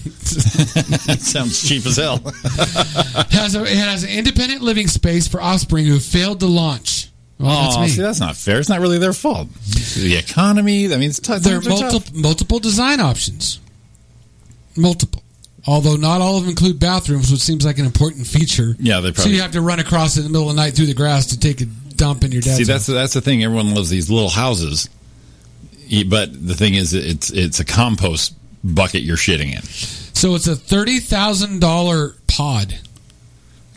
Sounds cheap as hell. It has, a, it has an independent living space for offspring who failed to launch. Well, that's Oh, me. see, that's not fair. It's not really their fault. The economy. I mean, it's t- there are times are tough. multiple multiple design options. Multiple. Although not all of them include bathrooms, which seems like an important feature. Yeah, they So probably- you have to run across in the middle of the night through the grass to take a dump in your dad's. See, that's house. that's the thing. Everyone loves these little houses, Y- but the thing is, it's it's a compost bucket you're shitting in. so it's a thirty thousand dollar pod.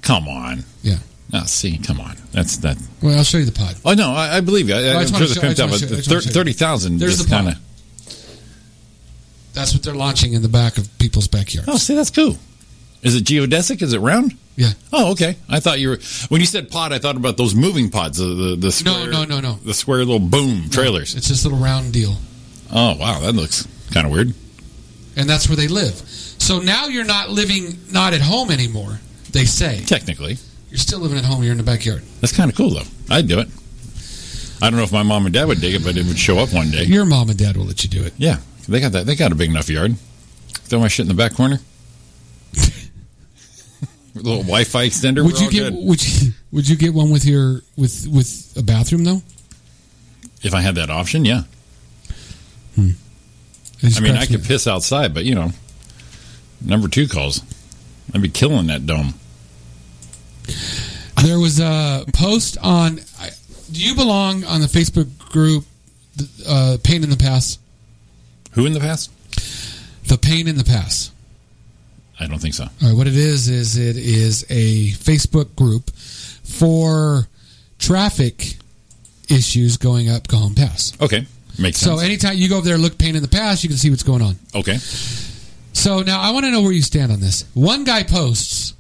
Come on, Yeah. now see, come on. That's that. Well, I'll show you the pod. Oh no, I, I believe you. I, I I'm just sure wanna they're show- I pimped just out, wanna but show- I the just wanna thir- show you. thirty thousand. There's just the kind pond. of. That's what they're launching in the back of people's backyards. Oh, see, that's cool. Is it geodesic? Is it round? Yeah. Oh, okay. I thought you were when you said pod. I thought about those moving pods. The the, the square, no, no, no. the square little boom trailers. It's this little round deal. Oh wow, that looks kind of weird. And that's where they live. So now you're not living not at home anymore, they say. Technically, You're still living at home, you're in the backyard. that's kind of cool though. I'd do it. I don't know if my mom and dad would dig it, but it would show up one day. Your mom and dad will let you do it. Yeah, they got that. They got a big enough yard. Throw my shit in the back corner. Little Wi-Fi extender. Would we're you all get good. would you, would you get one with your with with a bathroom though? if I had that option? Yeah. just I mean, I scratch me. could piss outside, but you know, number two calls. I'd be killing that dome. There was a post on. I- Do you belong on the Facebook group, the, uh, Pain in the Past? Who in the past? The Pain in the Past. I don't think so. All right, what it is is it is a Facebook group for traffic issues going up Cajon Pass. Okay, makes So sense. anytime you go over there, look Pain in the Past, you can see what's going on. okay, So now I want to know where you stand on this. One guy posts,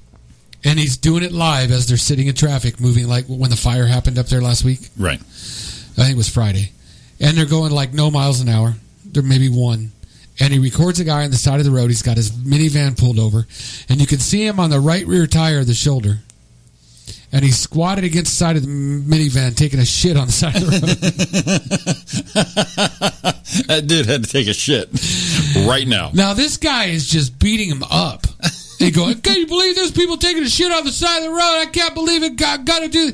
and he's doing it live as they're sitting in traffic, moving like when the fire happened up there last week. right. I think it was Friday, and they're going like no miles an hour. There maybe one, and he records a guy on the side of the road. He's got his minivan pulled over, and you can see him on the right rear tire of the shoulder, and he's squatted against the side of the minivan taking a shit on the side of the road. That dude had to take a shit right now. now this guy is just beating him up. And going, can you believe there's people taking a shit on the side of the road? I can't believe it. Got got to do.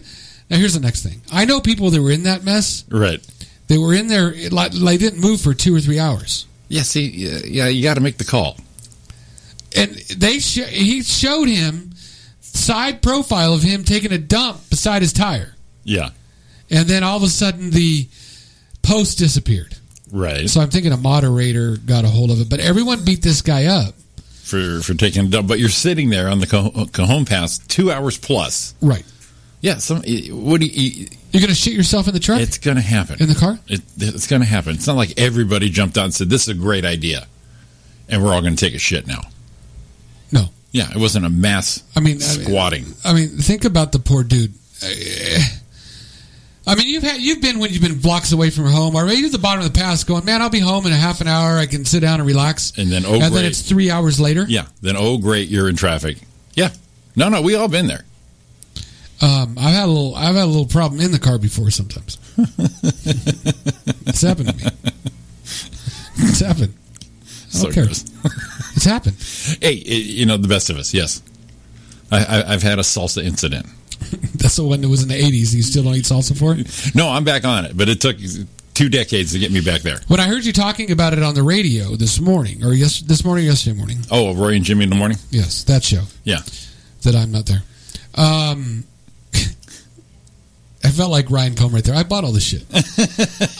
Now here's the next thing. I know people that were in that mess. Right. They were in there. Like, they didn't move for two or three hours. Yeah. See. Yeah. yeah you got to make the call. and they sh- he showed him side profile of him taking a dump beside his tire, Yeah. and then all of a sudden the post disappeared. Right. So I'm thinking a moderator got a hold of it, but everyone beat this guy up, For for taking a dump, but you're sitting there on the Cajon Cajon Pass two hours plus. right? Yeah. Some. What do you? You're gonna shit yourself in the truck It's gonna happen. in the car. It, it's going to happen. It's not like everybody jumped out and said, "This is a great idea," and we're all going to take a shit now. No. Yeah, it wasn't a mass I mean, I mean- squatting. I mean, think about the poor dude. I mean, you've had you've been when you've been blocks away from home, or maybe at the bottom of the pass, going, "Man, I'll be home in a half an hour. I can sit down and relax." And then, oh, and great. then it's three hours later. yeah. Then, oh great, you're in traffic. Yeah. No, no, we all been there. Um, I've had a little, I've had a little problem in the car before sometimes. it's happened to me. It's happened. So Okay. gross. It's happened. hey, i you know the best of us. Yes, I, I, I've had a salsa incident. That's the one that was in the '80s. You still don't eat salsa for it? No, I'm back on it, but it took two decades to get me back there. When I heard you talking about it on the radio this morning, or yes, this morning, or yesterday morning. Oh, Roy and Jimmy in the morning. Yes, that show Yeah. that I'm not there. Um, I felt like Ryan Combs right there. I bought all this shit.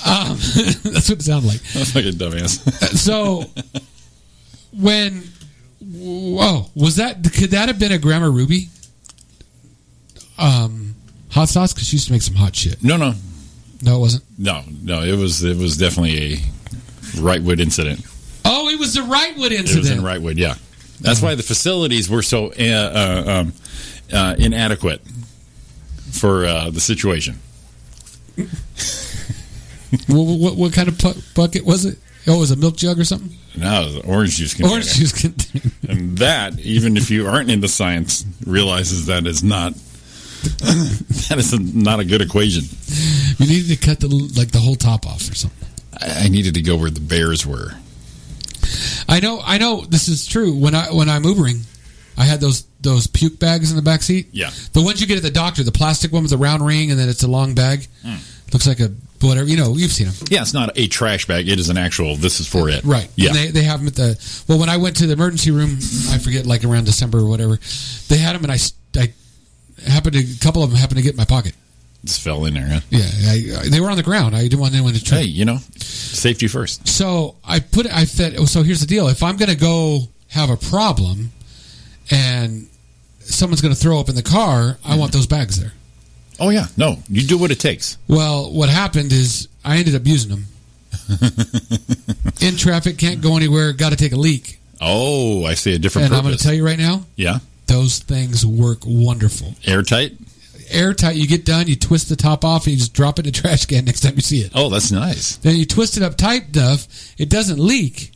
um, that's what it sounded like. That's like a dumbass. so when whoa was that could that have been a grandma ruby um hot sauce because she used to make some hot shit no, no, no it wasn't no, no. It was it was definitely a Rightwood incident. oh it was the rightwood It Uh-huh. was in incident Wrightwood, yeah. That's why the facilities were so uh, uh, um, uh, inadequate for uh, the situation. what, what, what kind of pu- bucket was it oh it was a milk jug or something Now the orange juice container, orange juice container and that even if you aren't into science, realizes that is not that is not a good equation. you needed to cut the like the whole top off or something I, I needed to go where the bears were. i know i know this is true when i when i'm ubering i had those those puke bags in the back seat Yeah, Hmm. The ones you get at the doctor, the plastic one with the round ring, and then it's a long bag. Looks like a whatever. You know, you've seen them. Yeah, it's not a trash bag. It is an actual. This is for it. Right. Yeah. And they, they have them at the. Well, when I went to the emergency room, I forget, like around December or whatever, they had them, and I, s- I happened to, a couple of them happened to get in my pocket. Just fell in there. Huh? Yeah. I, I- they were on the ground. I didn't want anyone to trip. Hey, you know, safety first. So I put it, I said, oh, so here's the deal. If I'm going to go have a problem and someone's going to throw up in the car, I want those bags there. Oh yeah. No, you do what it takes. Well, what happened is I ended up using them. in traffic, can't go anywhere, got to take a leak. Oh, I see a different and I'm going purpose. to tell you right now, yeah, those things work wonderful. airtight. Airtight, you get done, you twist the top off, and you just drop it in the trash can next time you see it. Oh, that's nice. Then you twist it up tight enough, it doesn't leak.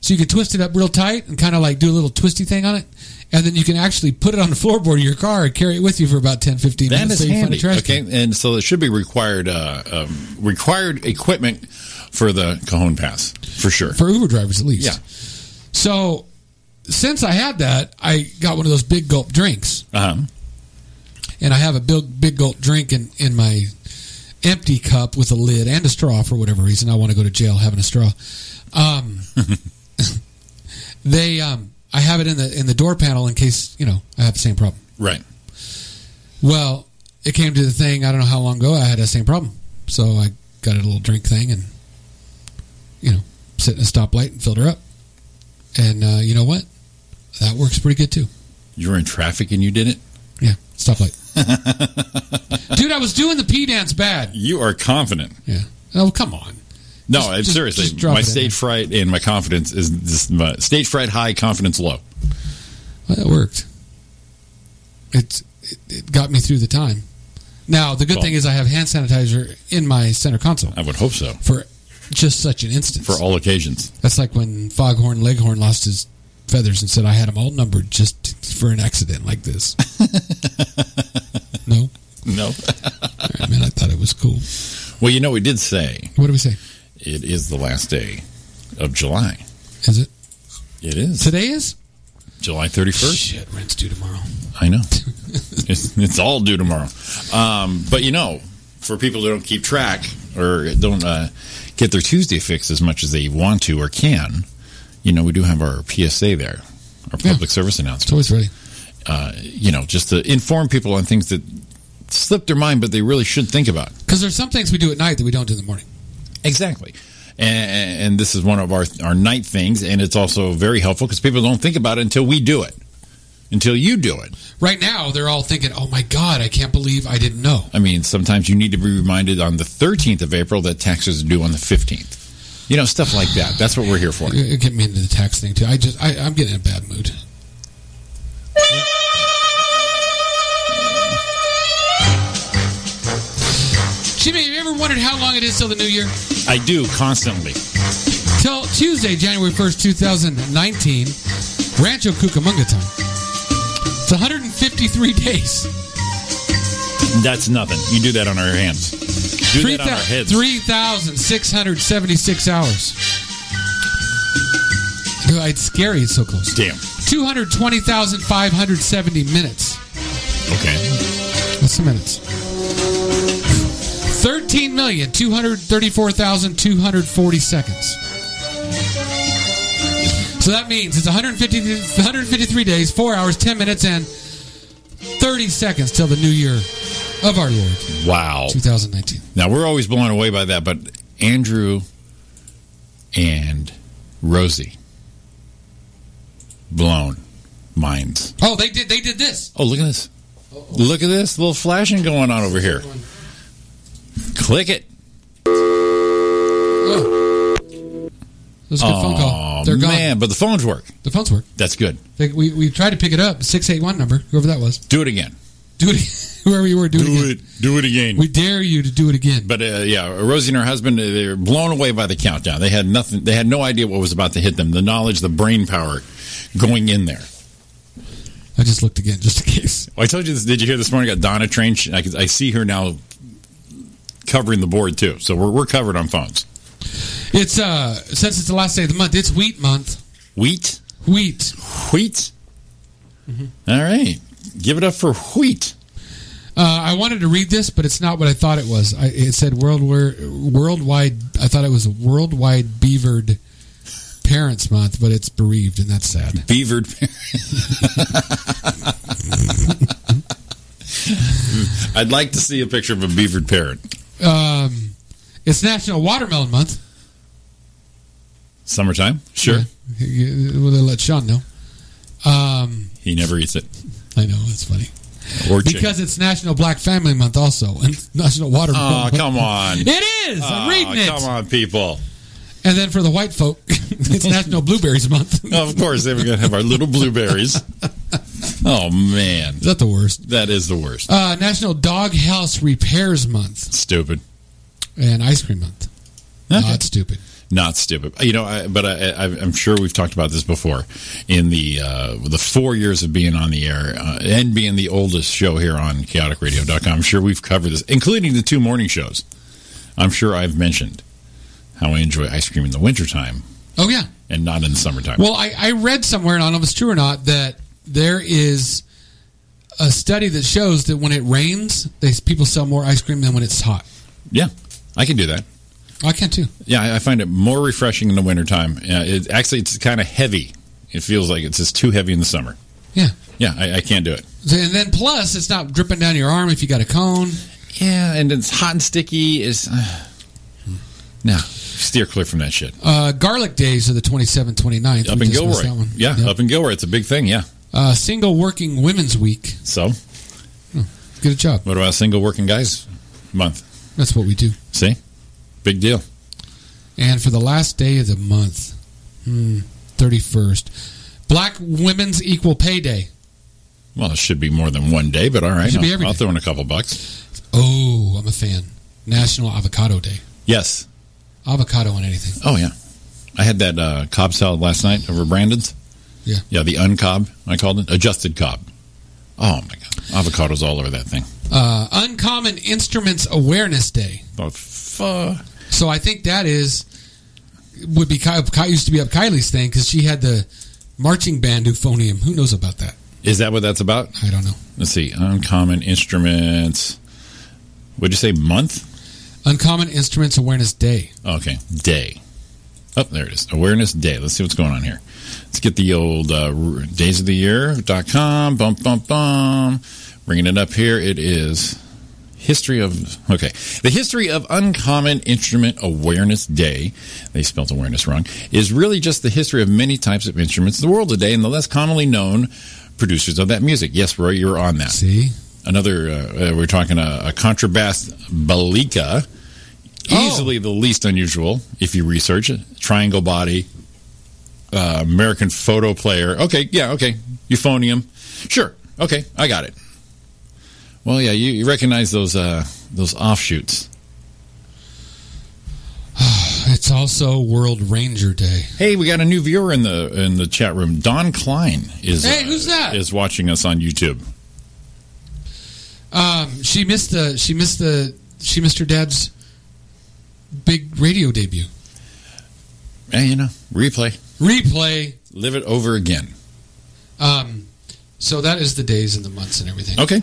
So you can twist it up real tight and kind of like do a little twisty thing on it. And then you can actually put it on the floorboard of your car and carry it with you for about 10, 15 That minutes. is till you find handy. a trash Okay, can. and so it should be required uh, um, required equipment for the Cajon Pass for sure. For Uber drivers, at least. yeah. So since I had that, I got one of those big gulp drinks. Uh huh. And I have a big, big gulp drink in, in my empty cup with a lid and a straw for whatever reason. I want to go to jail having a straw. Um, they, um, I have it in the in the door panel in case you know I have the same problem. Right. Well, it came to the thing. I don't know how long ago I had that same problem, so I got a little drink thing and you know sit in a stoplight and filled her up. And uh, you know what? That works pretty good too. You were in traffic and you did it. Yeah, stoplight. Dude, I was doing the pee dance bad. You are confident. Yeah. Oh, come on. No, Just- I'm just- seriously. just drop my it in stage there. fright and my confidence is just my stage fright high, confidence low. Well, that worked. It's it, it got me through the time. Now the good Well- thing is I have hand sanitizer in my center console I would hope so for just such an instance. for all occasions. That's like when Foghorn Leghorn lost his feathers and said, "I had them all numbered just for an accident like this." no, No. All right, man, I thought it was cool. well, you know, we did say What do we say? it is the last day of July. Is it It is today? Is July 31st. shit rent's due tomorrow? I know. it's, it's all due tomorrow. Um, but you know, for people who don't keep track or don't uh, get their Tuesday fix as much as they want to or can, you know, we do have our PSA there, our Yeah. public service It's announcement. always ready. Uh, you know, just to inform people on things that slip their mind, but they really should think about. Because there's some things we do at night that we don't do in the morning. Exactly. And, and this is one of our, our night things, and it's also very helpful because people don't think about it until we do it, until you do it. Right now, they're all thinking, "Oh my God, I can't believe I didn't know." I mean, sometimes you need to be reminded on the 13th of April that taxes are due on the 15th. You know, stuff like that. That's what we're here for. It- it Get me into the tax thing too. I just, I, I'm getting in a bad mood. Jimmy, have you ever wondered how long it is till the new year? I do constantly. Till Tuesday, January 1st, 2019, Rancho Cucamonga time. It's 153 days. That's nothing. You do that on our hands. Do that on our heads. 3,676 hours. God, It's scary. It's so close. Damn. 220,570 minutes. Okay. What's the minutes? 13,234,240 seconds. So that means it's 150, 153 days, 4 hours, 10 minutes, and 30 seconds till the new year of our Lord, Wow. 2019. Now, we're always blown away by that, but Andrew and Rosie, blown minds. Oh, they did They did this. Oh, look at this. Look at this little flashing going on over here. Click it. That was a good phone call. Aw, They're gone. man, but the phones work. The phones work. That's good. They, we, we tried to pick it up, 681 number, whoever that was. Do it again. Do it, whoever you were, do, it again. Do it again. We dare you to do it again. but uh, yeah, Rosie and her husband, uh, they were blown away by the countdown. They had nothing. They had no idea what was about to hit them. The knowledge, the brain power going in there. I just looked again, just in case. I told you this. Did you hear this morning? I got Donna Train. She- I, could- I see her now covering the board too. So we're, we're covered on phones. It's uh since it's the last day of the month, it's wheat month. Wheat, Wheat. wheat. All right, give it up for wheat. Uh, I wanted to read this, but it's not what I thought it was. I, it said world war, worldwide. I thought it was worldwide beavered parents month, but it's bereaved, and that's sad. Beavered parent. I'd like to see a picture of a beavered parent. Um, it's National Watermelon Month. Summertime? Sure. Yeah. Well, they let Sean know. Um, He never eats it. I know that's funny Or chicken. because it's National Black Family Month also, and National Watermelon. oh, Month. come on. It is. I'm Oh, reading it. Come on, people. And then for the white folk, it's National Blueberries Month. Is Of course, they were going to have our little blueberries. Oh, man. that the worst? That is the worst. Uh, National Dog House Repairs Month Stupid. and Ice Cream Month. Okay. Not stupid. not stupid. You know, I, but I, I, I'm sure we've talked about this before. In the uh, the four years of being on the air uh, and being the oldest show here on chaoticradio.com, I'm sure we've covered this, including the two morning shows. I'm sure I've mentioned how I enjoy ice cream in the wintertime Oh yeah. and not in the summertime. Well, I, I read somewhere, and I don't know if it's true or not, that there is a study that shows that when it rains, they people sell more ice cream than when it's hot. yeah, I can do that. I can too. Yeah, I, I find it more refreshing in the wintertime. Uh, it, actually, it's kind of heavy. It feels like it's just too heavy in the summer. Yeah. Yeah, I, I can't do it. And then plus, it's not dripping down your arm if you got a cone. Yeah, and it's hot and sticky. Is uh, no steer clear from that shit. Uh, garlic days are the 27th, 29th. Up We in just missed Gilroy, That one. yeah, Yep. up in Gilroy, it's a big thing. Yeah. Uh, single Working Women's Week. So, Good job. what about single working guys month? That's what we do. See, big deal. And for the last day of the month, hmm, 31st, Black Women's Equal Pay Day. Well, it should be more than one day, but all right, It should be I'll- every I'll day. throw in a couple bucks. Oh, I'm a fan. National Avocado Day. Yes. Avocado on anything. Oh yeah, I had that uh, cob salad last night over Brandon's. Yeah. Yeah, the uncob I called it adjusted cob. Oh my god, avocados all over that thing. Uh, Uncommon Instruments Awareness Day. Oh, fuck. So I think that is would be Ky- Ky- used to be up Kylie's thing because she had the marching band euphonium. Who knows about that? Is that what that's about? I don't know. Let's see, uncommon instruments. Would you say month? Uncommon Instruments Awareness Day. Okay, day. Oh, there it is. Awareness Day. Let's see what's going on here. Let's get the old uh, r- days of the year.com. Bum, bum, bum. Bringing it up here. It is history of, okay. The history of Uncommon Instrument Awareness Day, they spelled awareness wrong, is really just the history of many types of instruments in the world today and the less commonly known producers of that music. Yes, Roy, you're on that See, another uh, uh, we're talking a, a contrabass balika easily the least unusual if you research it triangle body uh, american photo player okay yeah okay euphonium sure okay i got it well yeah you, you recognize those uh, those offshoots it's also World Ranger Day. hey we got a new viewer in the in the chat room don klein is Hey, who's that? is watching us on youtube Um, she missed the she missed the she missed her dad's big radio debut hey you know replay replay. live it over again Um, so that is the days and the months and everything. Okay.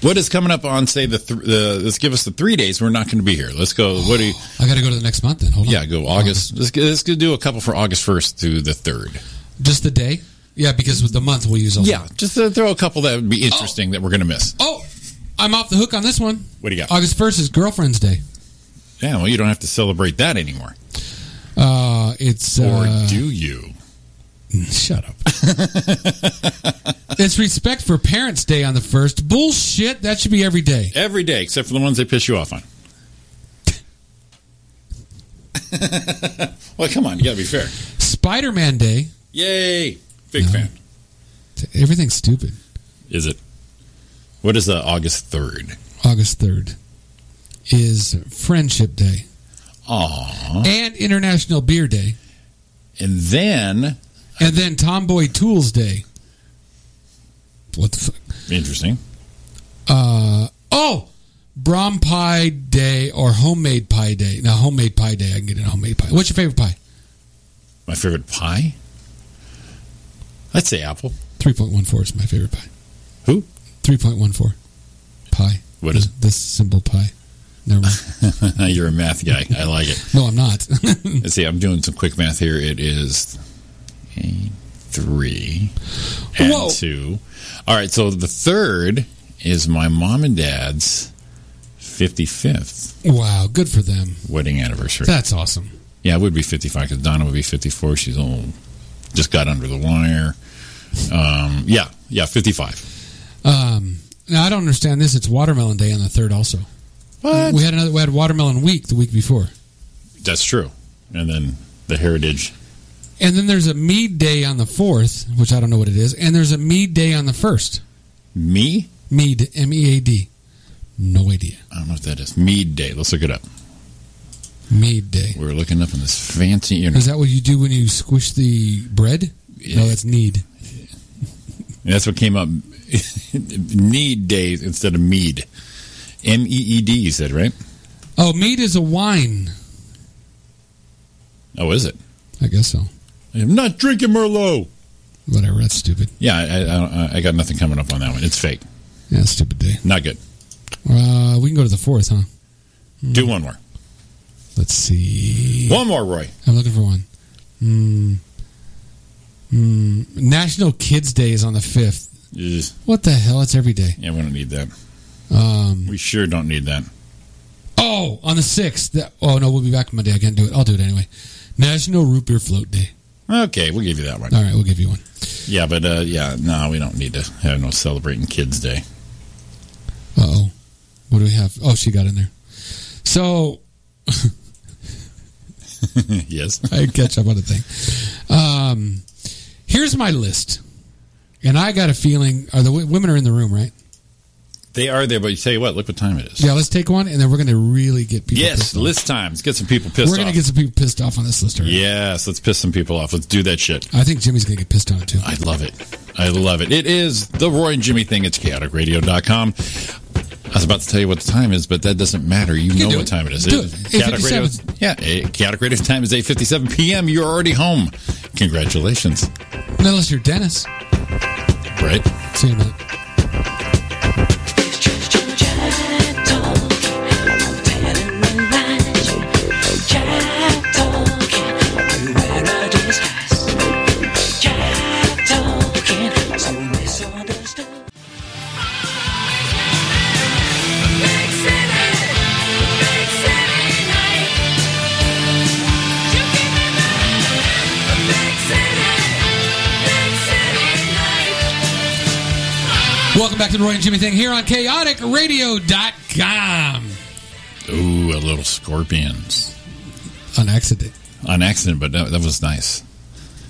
What is coming up on say the th- the let's give us the three days we're not going to be here. Let's go. What do you? I got to go to the next month then. Hold on. Yeah, go August. Let's go- let's go do a couple for August first through the third. Just the day. Yeah, because with the month we'll use all. Yeah, just uh, throw a couple that would be interesting that we're going to miss. Oh, I'm off the hook on this one. What do you got? August first is Girlfriend's Day. Yeah, well, you don't have to celebrate that anymore, Uh, it's or uh, do you? shut up. it's Respect for Parents Day on the first. Bullshit. That should be every day. Every day except for the ones they piss you off on. well, come on, you got to be fair. Spider Man Day. Yay, big fan. Everything's stupid. Is it? What is uh, August third? August 3rd is Friendship Day Aw, and International Beer Day and then and then Tomboy Tools Day. What the fuck? interesting. Uh, oh, Brom Pie Day or Homemade Pie Day. Now, Homemade Pie Day, I can get in homemade pie. What's your favorite pie? My favorite pie? I'd say apple. 3.14 is my favorite pie. Who? 3.14 pie. What is This simple pie. Never mind. You're a math guy. I like it. No, I'm not. Let's see. I'm doing some quick math here. It is eight, three and Whoa. two. All right. So the third is my mom and dad's 55th wow, good for them. wedding anniversary. That's awesome. Yeah, it would be 55 because Donna would be 54. She's old. Just got under the wire. Um, yeah, yeah, 55. Um, now I don't understand this. It's Watermelon Day on the third. Also, What? we had another. We had Watermelon Week the week before, That's true. And then the heritage. and then there's a Mead Day on the fourth, which I don't know what it is, and there's a Mead Day on the first. Me? Mead, M E A D. No idea. I don't know what that is. Mead Day. Let's look it up. Mead Day. We're looking up in this fancy internet. Is that what you do when you squish the bread? No, that's need. That's what came up. Need days instead of mead. M E E D, you said, right? Oh, mead is a wine. Oh, is it? I guess so. I'm not drinking Merlot. Whatever. That's stupid. Yeah, I, I, I- I got nothing coming up on that one. It's fake. Yeah, it's a stupid day. Not good. Uh, we can go to the fourth, huh? Mm. Do one more. Let's see. One more, Roy. I'm looking for one. Hmm. Hmm. National Kids Day is on the fifth. Ugh. What the hell? It's every day. Yeah, we don't need that. Um. We sure don't need that. Oh, on the sixth. That, oh no, we'll be back Monday. I can't do it. I'll do it anyway. National Root Beer Float Day. Okay, we'll give you that one. All right, we'll give you one. Yeah, but uh, yeah, no, we don't need to have no celebrating Kids Day. Uh oh. What do we have? Oh, she got in there. So yes. I catch up on the thing. Um, here's my list, and I got a feeling. Are the w- women are in the room, right? They are there, but you tell you what, look what time it is. Yeah, let's take one, and then we're going to really get people. Yes, pissed off. list time. Let's get some people pissed We're going to off. get some people pissed off on this list. Already. yes, let's piss some people off. Let's do that shit. I think Jimmy's going to get pissed on it too. I love it. I love it. It is the Roy and Jimmy thing. It's chaoticradio.com. I was about to tell you what the time is, but that doesn't matter. You, can know do what it. time it is. Do It- it. Chaotic Radio, 8:57. yeah, eh, Chaotic Radio's time is 8.57 p.m. You're already home. Congratulations. Unless you're Dennis. Right? See you in a minute. Welcome back to the Roy and Jimmy thing here on chaoticradio.com. Ooh, a little scorpions. On accident. on accident, but that, that was nice.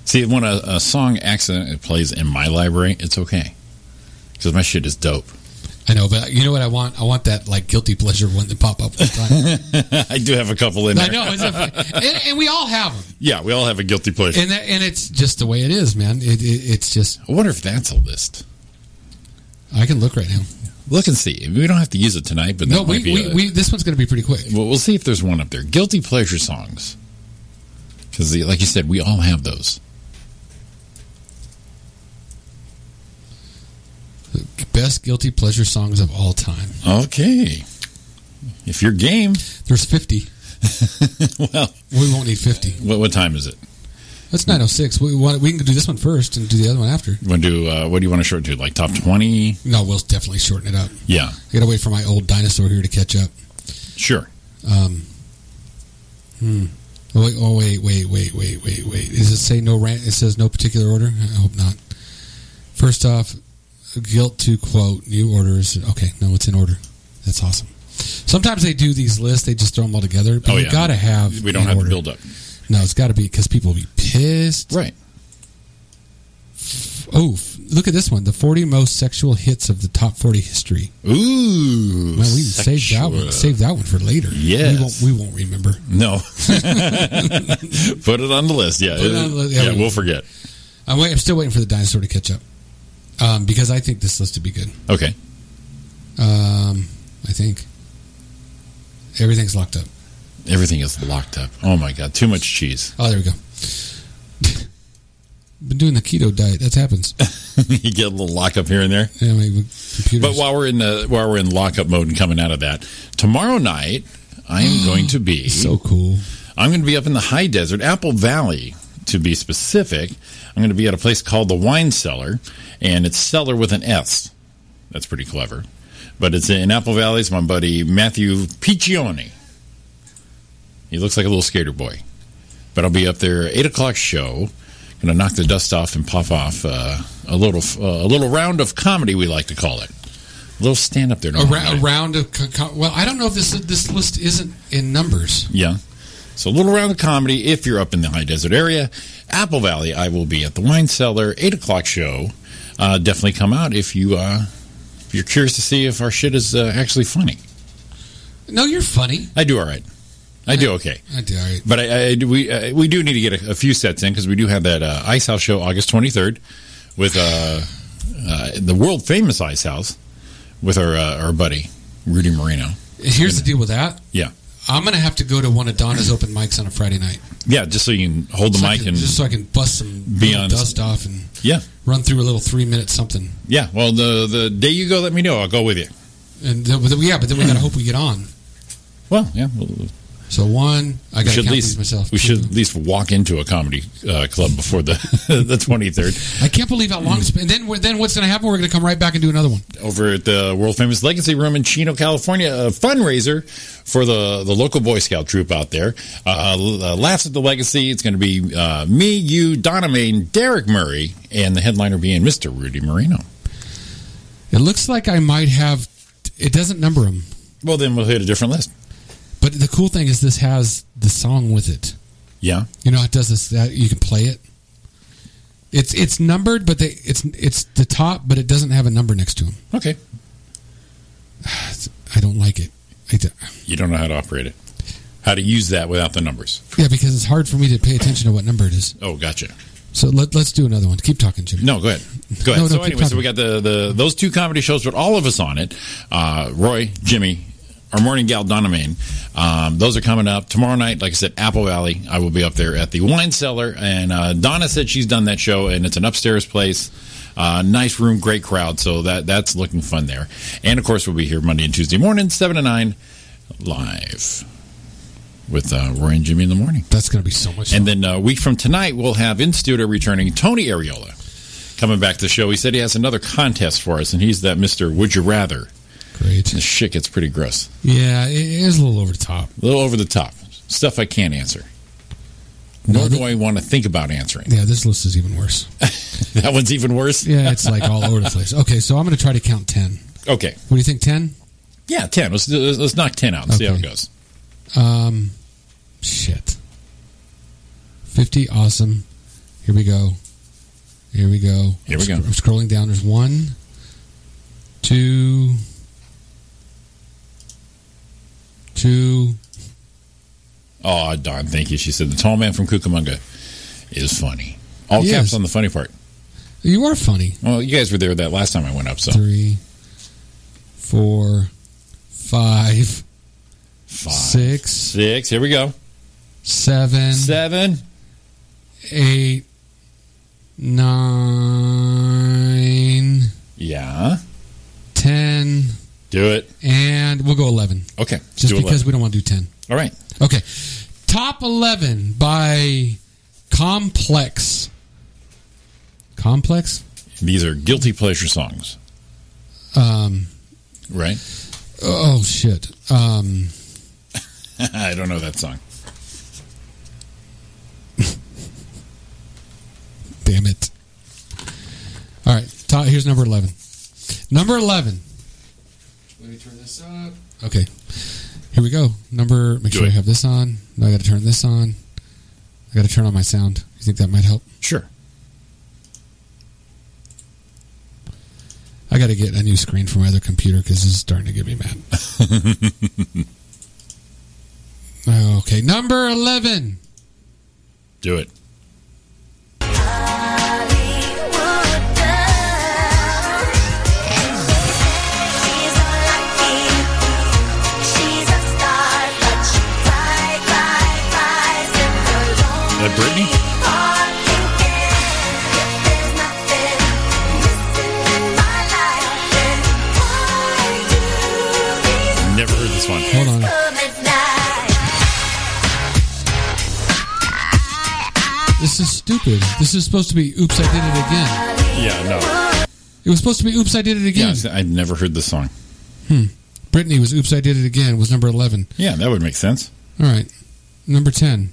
See, when a, a song accidentally plays in my library, it's okay because my shit is dope. I know, but you know what I want? I want that like guilty pleasure one to pop up all the time. I do have a couple in there. I know, it's a, and, and we all have them, Yeah, we all have a guilty pleasure. and that, and it's just the way it is, man. It, it, it's just I wonder if that's a list. I can look right now. Look and see. We don't have to use it tonight, but that No, we, might be. we, a- we this one's going to be pretty quick. Well, we'll see if there's one up there. Guilty pleasure songs, because like you said, we all have those. Best guilty pleasure songs of all time. Okay, if you're game, There's 50. well, We won't need 50. what, what time is it? That's 906. We want, we can do this one first and do the other one after. Want to do? Uh, what do you want to short to? Like top twenty? No, we'll definitely shorten it up. Yeah, I got to wait for my old dinosaur here to catch up. sure. Um, hmm. Oh, wait, oh wait, wait, wait, wait, wait, wait. Does it say no rant? It says no particular order. I hope not. First off, guilt to quote new orders. Okay, no, it's in order. That's awesome. Sometimes they do these lists. They just throw them all together. But Oh, you yeah. gotta have. We don't an have order. to build up. No, it's got to be because people will be pissed. Right. Oh, f- look at this one: the 40 most sexual hits of the top 40 history. Ooh. Well, we saved that sexual. one. Save that one for later. Yes. we won't, we won't remember. No. Put it on the list. Yeah. Put it on the list. Yeah, Yeah, we'll, we- forget. I'm, wait, I'm still waiting for the dinosaur to catch up um, because I think this list would be good. Okay. Um, I think everything's locked up. Everything is locked up. Oh my god, too much cheese. Oh, there we go. Been doing the keto diet. That happens. you get a little lockup here and there. Yeah, my computers. But while we're in the while we're in lockup mode and coming out of that, tomorrow night I am going to be so cool. I'm going to be up in the high desert, Apple Valley to be specific. I'm going to be at a place called the Wine Cellar, and it's cellar with an S. That's pretty clever. But it's in Apple Valley. It's my buddy Matthew Piccioni. He looks like a little skater boy. But I'll be up there eight o'clock show. Going to knock the dust off and pop off uh, a little uh, a little round of comedy we like to call it. A little stand up there. A, tomorrow ra- a night. round of co- co- well, I don't know if this this list isn't in numbers. Yeah. So a little round of comedy if you're up in the high desert area. Apple Valley, I will be at the wine cellar, eight o'clock show. Uh, definitely come out if you uh, if you're curious to see if our shit is uh, actually funny. No, you're funny. I do all right. I do okay. I do. All right. But I, I do- we uh, we do need to get a, a few sets in because we do have that uh, Ice House show August 23rd with uh, uh, the world famous Ice House with our uh, our buddy Rudy Marino. Here's the deal with that. Yeah. I'm gonna have to go to one of Donna's open mics on a Friday night. Yeah, just so you can hold the so I mic can- and just so I can bust some Be little honest. dust off and yeah, run through a little three minute something. yeah. Well, the the day you go, let me know. I'll go with you. And then, but then- yeah, but then we gotta hope we get on. Well, yeah, we So one, I gotta should count at these least myself. we Two. should at least walk into a comedy uh, club before the the twenty third I can't believe how long it's been. And then we're- then what's gonna happen? We're gonna come right back and do another one. over at the world famous Legacy Room in Chino, California, a fundraiser for the the local Boy Scout troop out there. Uh, uh, Laughs at the Legacy. It's going to be uh, me, you, Donna May, and Derek Murray, and the headliner being Mr. Rudy Marino. It looks like I might have. It doesn't number them, Well, then we'll hit a different list. but the cool thing is this has the song with it. Yeah, You know, how it does this. That you can play it. It's it's numbered, but they, it's it's the top, but it doesn't have a number next to them. okay. I don't like it. I don't- You don't know how to operate it, how to use that without the numbers. yeah, because it's hard for me to pay attention to what number it is. Oh, gotcha. So let, let's do another one. Keep talking, Jimmy. No, go ahead. Go ahead. No, no, so keep anyway, so talking. we got the, the those two comedy shows with all of us on it. Uh, Roy, Jimmy, our morning gal Donna Main. Um, those are coming up tomorrow night. Like I said, Apple Valley. I will be up there at the Wine Cellar. And uh, Donna said she's done that show, and it's an upstairs place. Uh, nice room, great crowd. So that that's looking fun there. And of course, we'll be here Monday and Tuesday morning, seven to nine, live with uh, Roy and Jimmy in the morning. That's going to be so much. And fun. then uh, a week from tonight, we'll have in studio returning Tony Areola coming back to the show. He said he has another contest for us, and he's that Mr. Would You Rather. Great. This shit gets pretty gross. Yeah, it is a little over the top. A little over the top. Stuff I can't answer. Nor do I want to think about answering. Yeah, this list is even worse. That one's even worse. Yeah, it's like all over the place. Okay, so I'm going to try to count ten. Okay. What do you think? Ten? Yeah, 10. Let's, let's knock 10out and see how it Okay. goes. Um, shit. 50, awesome. Here we go. Here we go. Here we go. I'm scrolling down. There's one, two, two. Oh, Don, thank you. She said the tall man from Cucamonga is funny. All He caps is. on the funny part. You are funny. Well, you guys were there that last time I went up, so Three, four, five, five, six, six. Here we go. seven, Seven. eight, nine, Yeah. ten, Do it. and we'll go 11. Okay. Just do because we don't want to do 10. 11. All right. Okay. Top 11 by Complex. Complex? These are guilty pleasure songs, Um, right? oh, shit. Um, I don't know that song. damn it. All right. Top, here's number 11. Number 11. Let me turn this up. Okay. Here we go. Number, make Do sure it. I have this on. Now I got to turn this on. I got to turn on my sound. You think that might help? Sure. I got to get a new screen for my other computer because this is starting to get me mad. okay, number 11. Do it. That Britney? Uh, There's nothing This is stupid. This is supposed to be Oops, I Did It Again. Yeah, no. It was supposed to be Oops, I Did It Yeah, Again. I've never heard this song. Brittany was Oops, I Did It Again, was number 11. Yeah, that would make sense. All right. Number 10.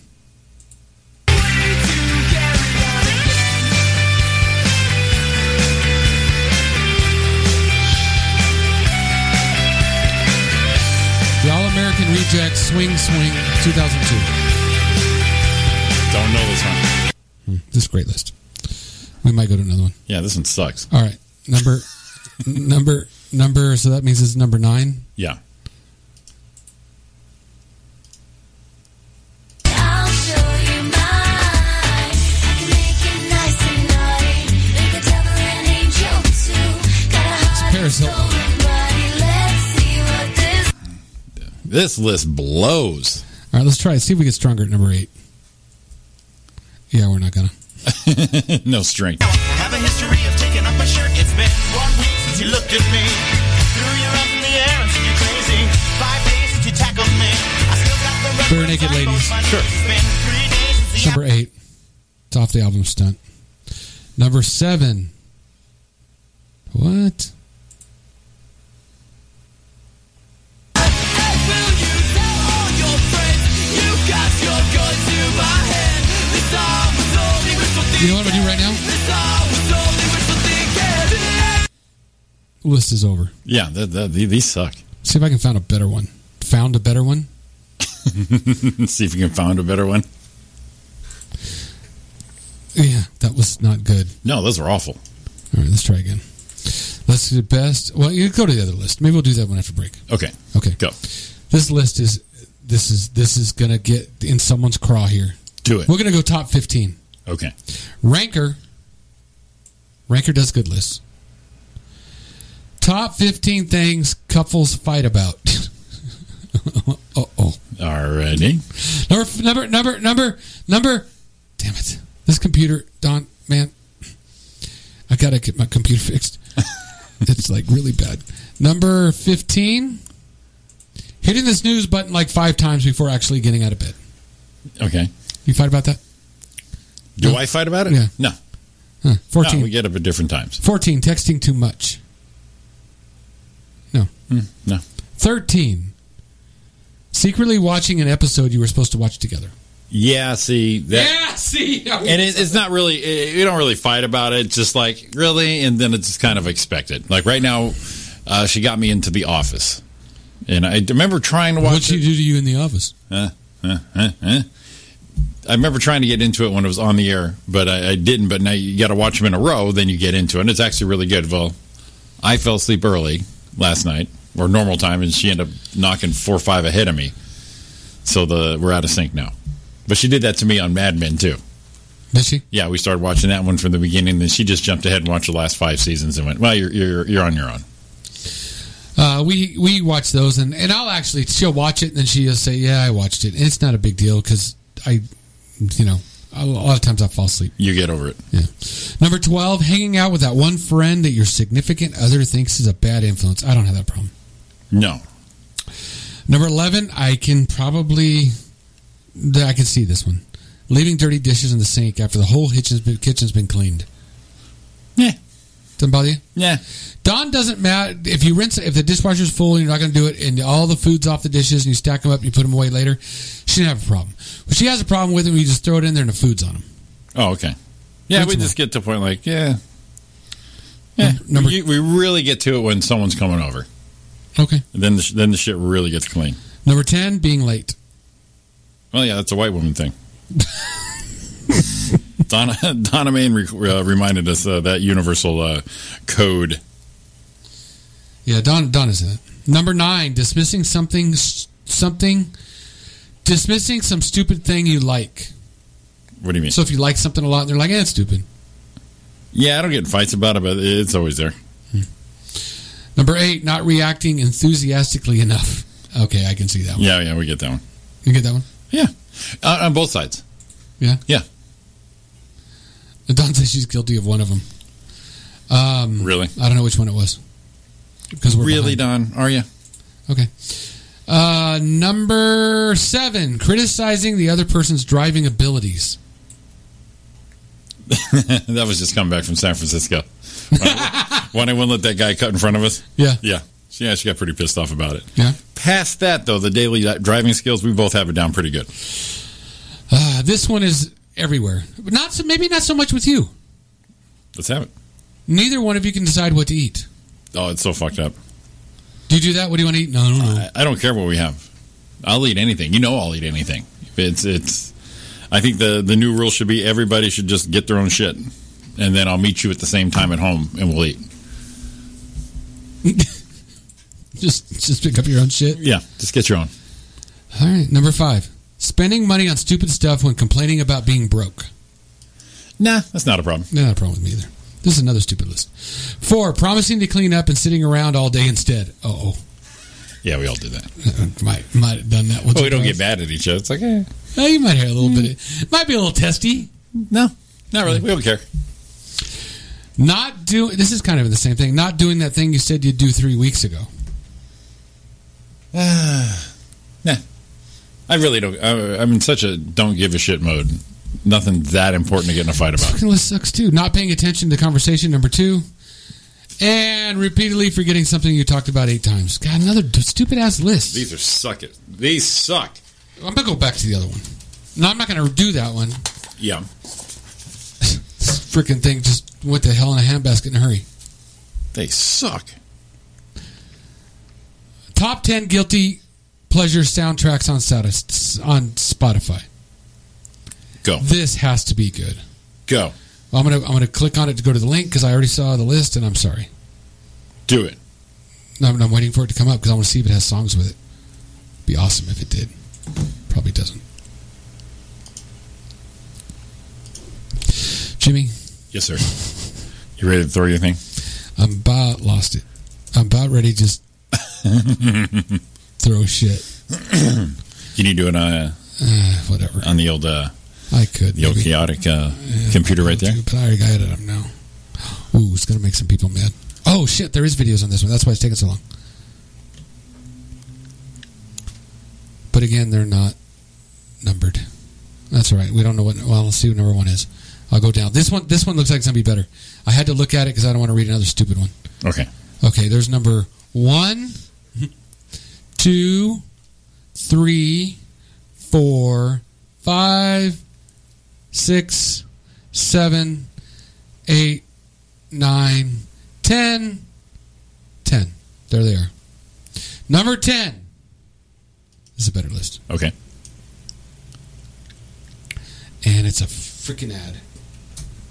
The All American Rejects Swing Swing 2002. Don't know this one. This is a great list. We might go to another one. Yeah, this one sucks. All right. Number, number, number, so that means it's number nine. Yeah. Paris Hilton. This list blows. All right, let's try it. See if we get stronger at number eight. Yeah, we're not gonna. no strength. Have a history of taking off my shirt. It's been one week since you looked at me. Threw you up in the air and said you're crazy. Five days since you tackled me. I still got the reference Bare naked on both ladies. my knees. It's been three days since It's the number eight. It's off the album stunt. Number seven. What? You know what I'm gonna do right now? List is over. Yeah, th th th- these suck. See if I can find a better one. Found a better one. See if you can find a better one. Yeah, that was not good. No, those are awful. All right, let's try again. Let's do the best. Well, you go to the other list. Maybe we'll do that one after break. Okay, Okay. go. This list is this is this is gonna get in someone's craw here. Do it. We're gonna go top fifteen. Okay. Ranker. Ranker does good lists. Top fifteen things couples fight about. uh oh. Alrighty. Number number number number number. Damn it! This computer, Don, man, I gotta get my computer fixed. it's like really bad. Number fifteen. Hitting the snooze button like five times before actually getting out of bed. Okay. You fight about that? Do No. I fight about it? Yeah. No. Huh. No, Fourteen. we get up at different times. Fourteen. Texting too much. No. No. Thirteen. Secretly watching an episode you were supposed to watch together. Yeah, see that. yeah. See. And it, it's not really, it, you don't really fight about it. It's just like, really? And then it's just kind of expected. Like right now, uh, she got me into The Office. And I remember trying to What watch you it. do to you in the office? I remember trying to get into it when it was on the air, but I, I didn't. But now you got to watch them in a row, then you get into it. And it's actually really good. Well, I fell asleep early last night, or normal time, and she ended up knocking four or five ahead of me. So the we're out of sync now. But she did that to me on Mad Men, too. Did she? Yeah, we started watching that one from the beginning. Then she just jumped ahead and watched the last five seasons and went, "Well, you're you're, you're on your own." Uh, we we watch those, and, and I'll actually she'll watch it, and then she'll say, "Yeah, I watched it." And it's not a big deal because I, you know, a lot of times I fall asleep. You get over it. Yeah. Number twelve, hanging out with that one friend that your significant other thinks is a bad influence. I don't have that problem. No, Number eleven, I can probably, I can see this one, leaving dirty dishes in the sink after the whole kitchen's been, kitchen's been cleaned. Yeah. Doesn't bother you? nah, Don doesn't matter if you rinse if the dishwasher's full and you're not going to do it, and all the food's off the dishes and you stack them up and you put them away later. She didn't have a problem. But she has a problem with it when you just throw it in there and the food's on them. Oh, okay. Yeah, we Which just get to the point like, yeah, yeah. number- we, we really get to it when someone's coming over. Okay. Then the, sh- then the shit really gets clean. Number ten, being late. Well, yeah, that's a white woman thing. Donna Donna Main re, uh, reminded us uh, that universal uh, code. Yeah, Don Don is in it. Number nine, dismissing something something dismissing some stupid thing you like. What do you mean? So if you like something a lot, they're like, eh, it's stupid. yeah, I don't get in fights about it, but it's always there. Number eight, not reacting enthusiastically enough. Okay, I can see that one. Yeah, yeah, we get that one. You get that one? Yeah, uh, on both sides. Yeah. Yeah. Don says she's guilty of one of them. Um, Really, I don't know which one it was. Because we're really, really Don? Are you? okay. Uh, number seven, criticizing the other person's driving abilities. that was just coming back from San Francisco. Why didn't we let that guy cut in front of us? Yeah. Yeah. She, yeah, she got pretty pissed off about it. Yeah. Past that, though, the daily di- driving skills, we both have it down pretty good. Uh, this one is everywhere. But Not so, maybe not so much with you. Let's have it. Neither one of you can decide what to eat. Oh, it's so fucked up. Do you do that? What do you want to eat? No, no, no. I, I don't care what we have. I'll eat anything. You know, I'll eat anything. If It's it's. I think the the new rule should be everybody should just get their own shit, and then I'll meet you at the same time at home and we'll eat. Just just pick up your own shit. Yeah, just get your own. All right, number five. Spending money on stupid stuff when complaining about being broke. Nah, that's not a problem. No, not a problem with me either. This is another stupid list. Four, promising to clean up and sitting around all day instead. Oh, Yeah, we all do that. oh. might might have done that. Once or But Oh, we don't twice. get mad at each other. It's like, eh, Oh, you might hear a little bit. Might be a little testy. no, not really. We don't care. Not doing. This is kind of the same thing. Not doing that thing you said you'd do three weeks ago. I really don't. I, I'm in such a don't give a shit mode. Nothing that important to get in a fight about. Fucking list sucks too. Not paying attention to conversation number two, and repeatedly forgetting something you talked about eight times. God, another d- stupid ass list. These are suck it. These suck. I'm gonna go back to the other one. No, I'm not gonna do that one. Yeah. This freaking thing just went to hell in a handbasket in a hurry. They suck. Top ten guilty pleasure soundtracks on Satis- on Spotify. Go. This has to be good. Go. I'm gonna I'm gonna click on it to go to the link because I already saw the list and I'm sorry. Do it. No, I'm, I'm waiting for it to come up because I want to see if it has songs with it. Be awesome if it did. Probably doesn't. Jimmy, Yes, sir. You ready to throw your thing? I'm about lost it. I'm about ready to just throw shit. Can you do it on, uh, Uh, whatever. on the old uh, I could. the old maybe. chaotic uh, computer right there? Dude, But I already got it up now. Ooh, it's gonna make some people mad. Oh shit, there is videos on this one. That's why it's taking so long. But again, they're not numbered. That's all right. We don't know what. Well, let's see what number one is. I'll go down. This one. This one looks like it's gonna be better. I had to look at it because I don't want to read another stupid one. Okay. Okay, there's number one, two, three, four, five, six, seven, eight, nine, ten, ten. There they are. Number ten this is a better list, Okay. and it's a freaking ad.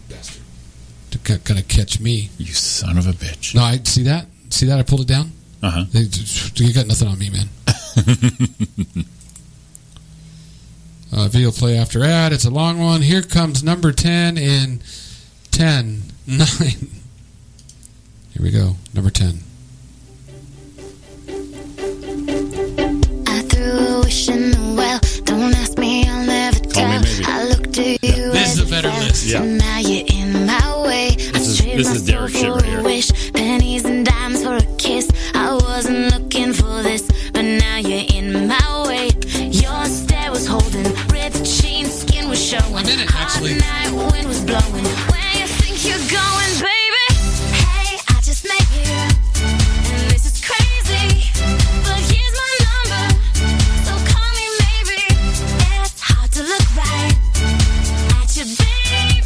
Bastard. To kind of catch me. You son of a bitch. No, I see that. See that? I pulled it down. Uh huh. They, you got nothing on me, man. uh, video play after ad. It's a long one. Here comes number 10 in 10, 9. Here we go. Number 10. I threw a wish in the well. Don't ask me, I'll never Call tell. me maybe. I look to you. This is as a better well. list. Yeah. And now you're in my way. This is- this is Derek shit right here. Wish pennies and dimes for a kiss. I wasn't looking for this, but now you're in my way. Your stare was holding, ripped jeans, skin was showing. I'm in it, actually. Hot night wind was blowing. Where you think you're going, baby? Hey, I just met you. And this is crazy, but here's my number. So call me maybe. It's hard to look right at you, baby.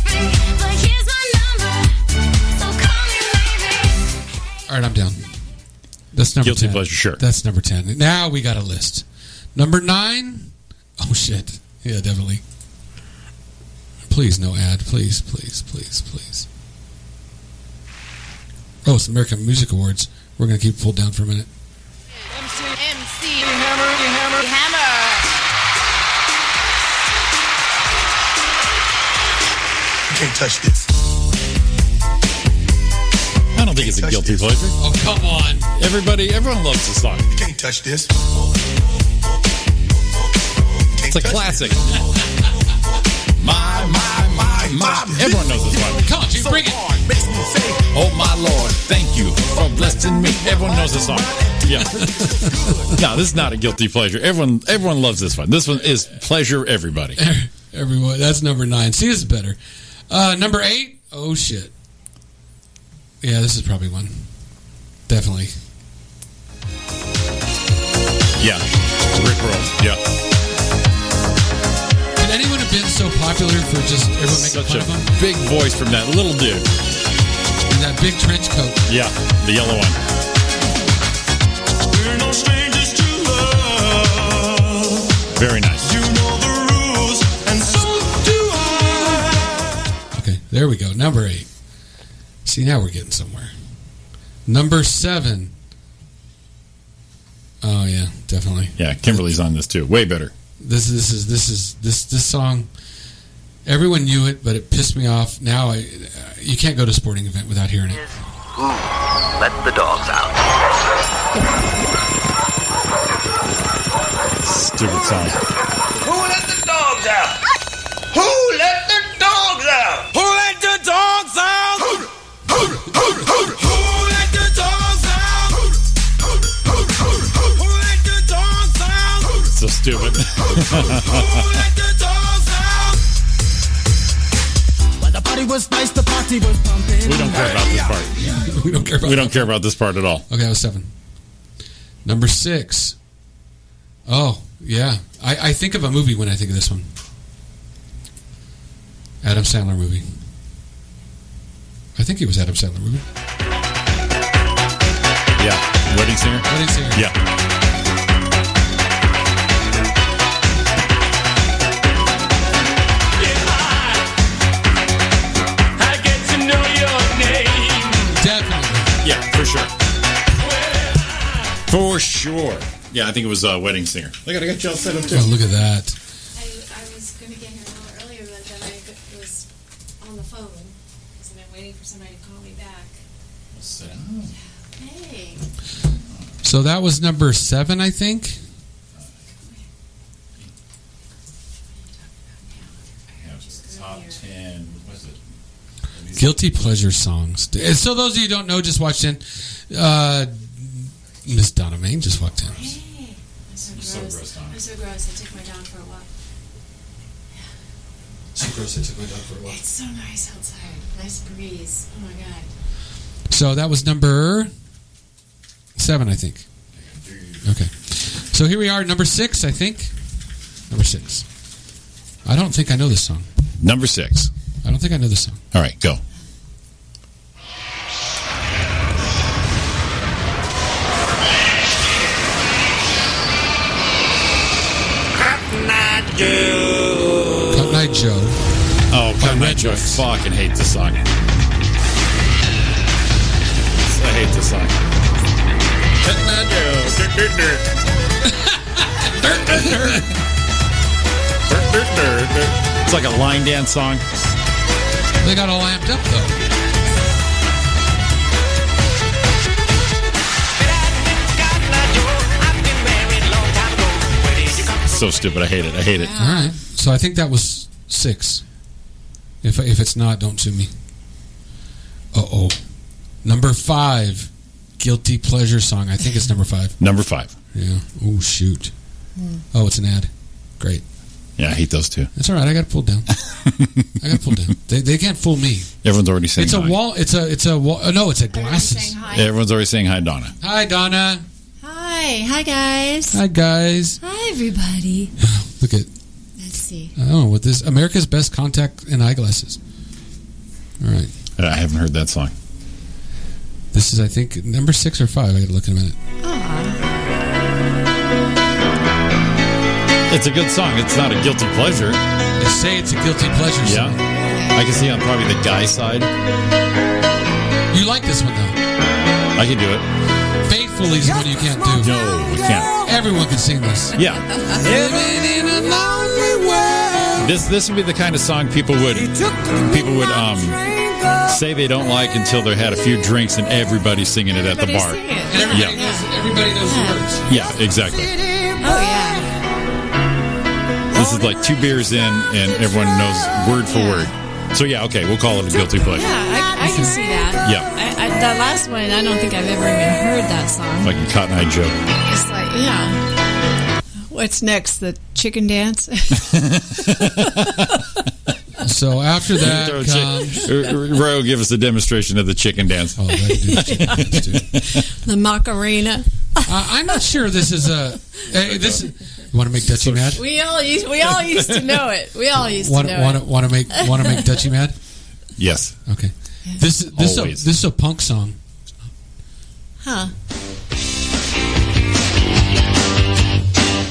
But here's my number. So call me maybe. All right, I'm down. That's number Guilty 10. pleasure, sure. That's number 10. Now we got a list. Number 9. Oh, shit. Yeah, definitely. Please, no ad. Please, please, please, please. Oh, it's American Music Awards. We're going to keep it pulled down for a minute. MC, MC, hammer, hammer, hammer. Can't touch this. I don't think it's a guilty pleasure. Oh, come on. Everybody, everyone loves this song. Can't touch this. It's a classic. My, my, my, my. Everyone knows this one. Come on, Chief, bring it. hard, makes me say, Oh my lord, thank you for blessing me. Everyone knows this song. Yeah. no, this is not a guilty pleasure. Everyone everyone loves this one. This one is pleasure everybody. Everyone, that's number 9. See, this is better. Uh, number eight. Oh shit. Yeah, this is probably one. Definitely. Yeah. Rick Roll. Yeah. Could anyone have been so popular for just everyone making Such fun a of him? big voice from that little dude. And that big trench coat. Yeah. The yellow one. We're no strangers to love. Very nice. You know the rules, and so do I. Okay, there we go. Number eight. See, now we're getting somewhere. Number seven. Oh yeah, definitely. Yeah. Kimberly's on this too. Way better. This this is this is this this song. Everyone knew it, but it pissed me off. Now I, you can't go to a sporting event without hearing it. Let the dogs out. Stupid song. Who let the dogs out? Who let the dogs out? Who let the dogs out? Who let the dogs out? Who let the dogs out? So stupid. Who let the dogs out? While the party was nice, the party was pumping. We don't care about this part. we don't care about. We don't care about this part at all. Okay, that was seven. Number six. Oh, yeah. I, I think of a movie when I think of this one. Adam Sandler movie. I think he was Adam Sandler movie. Yeah. Wedding singer. What is here? Yeah. I get to know your name. Definitely. Yeah. For sure. For sure. Yeah. I think it was uh, wedding singer. Look, I got y'all set up Oh, too. look at that. I, I was going to get here a little earlier, but then I g- was on the phone. Because I've been waiting for somebody to call me back. Hey. So that was number seven, I think. Top ten. Was it? Guilty pleasure songs. And so those of you who don't know, just watched in. Uh, Miss Donna Main just walked in. Hey. I'm so so gross. grossed out. I'm so gross. I took my dog for a walk. So gross, I took my dog for a walk. It's so nice outside. Nice breeze. Oh my god. So that was number seven, I think. Okay. So here we are, number six, I think. Number six. I don't think I know this song. Number six. I don't think I know this song. All right. Go. Cotton Eye Joe. Oh, By come Red on, Joe. I Lips. fucking hate this song. I hate this song. It's like a line dance song. They got all amped up, though. So stupid. I hate it. I hate it. All right. So I think that was six. If, if it's not, don't sue me. Uh oh. Number five. Guilty pleasure song. I think it's number five. Number five. Yeah. Oh, shoot. Oh, it's an ad. Great. Yeah, I hate those two. That's all right. I got pulled down. I got pulled down. They, they can't fool me. Everyone's already saying It's a hi. wall. It's a it's a wall. Oh, no, it's a Everyone's glasses. saying hi. Everyone's already saying hi, Donna. Hi, Donna. Hi. Hi guys. Hi, guys. Hi everybody. Look at Let's see. I don't know what this America's best contact and eyeglasses. All right, I haven't heard that song. this is I think number six or five. I got to look in a minute. It's a good song. It's not a guilty pleasure. They say it's a guilty pleasure. Yeah. Song. I can see on probably the guy side. You like this one though. I can do it. Faithfully is one you can't do. No, we can't. Everyone can sing this. Yeah. Living in a lonely world. This this would be the kind of song people would people would um say they don't like until they had a few drinks and everybody's singing it at the bar. And everybody Yeah. knows. Everybody knows the words. Yeah, exactly. Oh yeah. This is like two beers in and everyone knows word for word. So yeah, okay, we'll call it a guilty Yeah, pleasure. I, I can see that. Yeah. I, I, that last one, I don't think I've ever even heard that song. Like a cotton eye joke. It's like, yeah. What's next? The chicken dance? So after that Throw comes. chi- Roy will give us a demonstration of the chicken dance. Oh, they do chicken dance too. The Macarena. I, I'm not sure this is a. eh, this you want to make Dutchie mad? We all used we all used to know it. We all used Want to know want it. want to make want to make Dutchie mad? Yes. Okay. This this a, this is a punk song. Huh.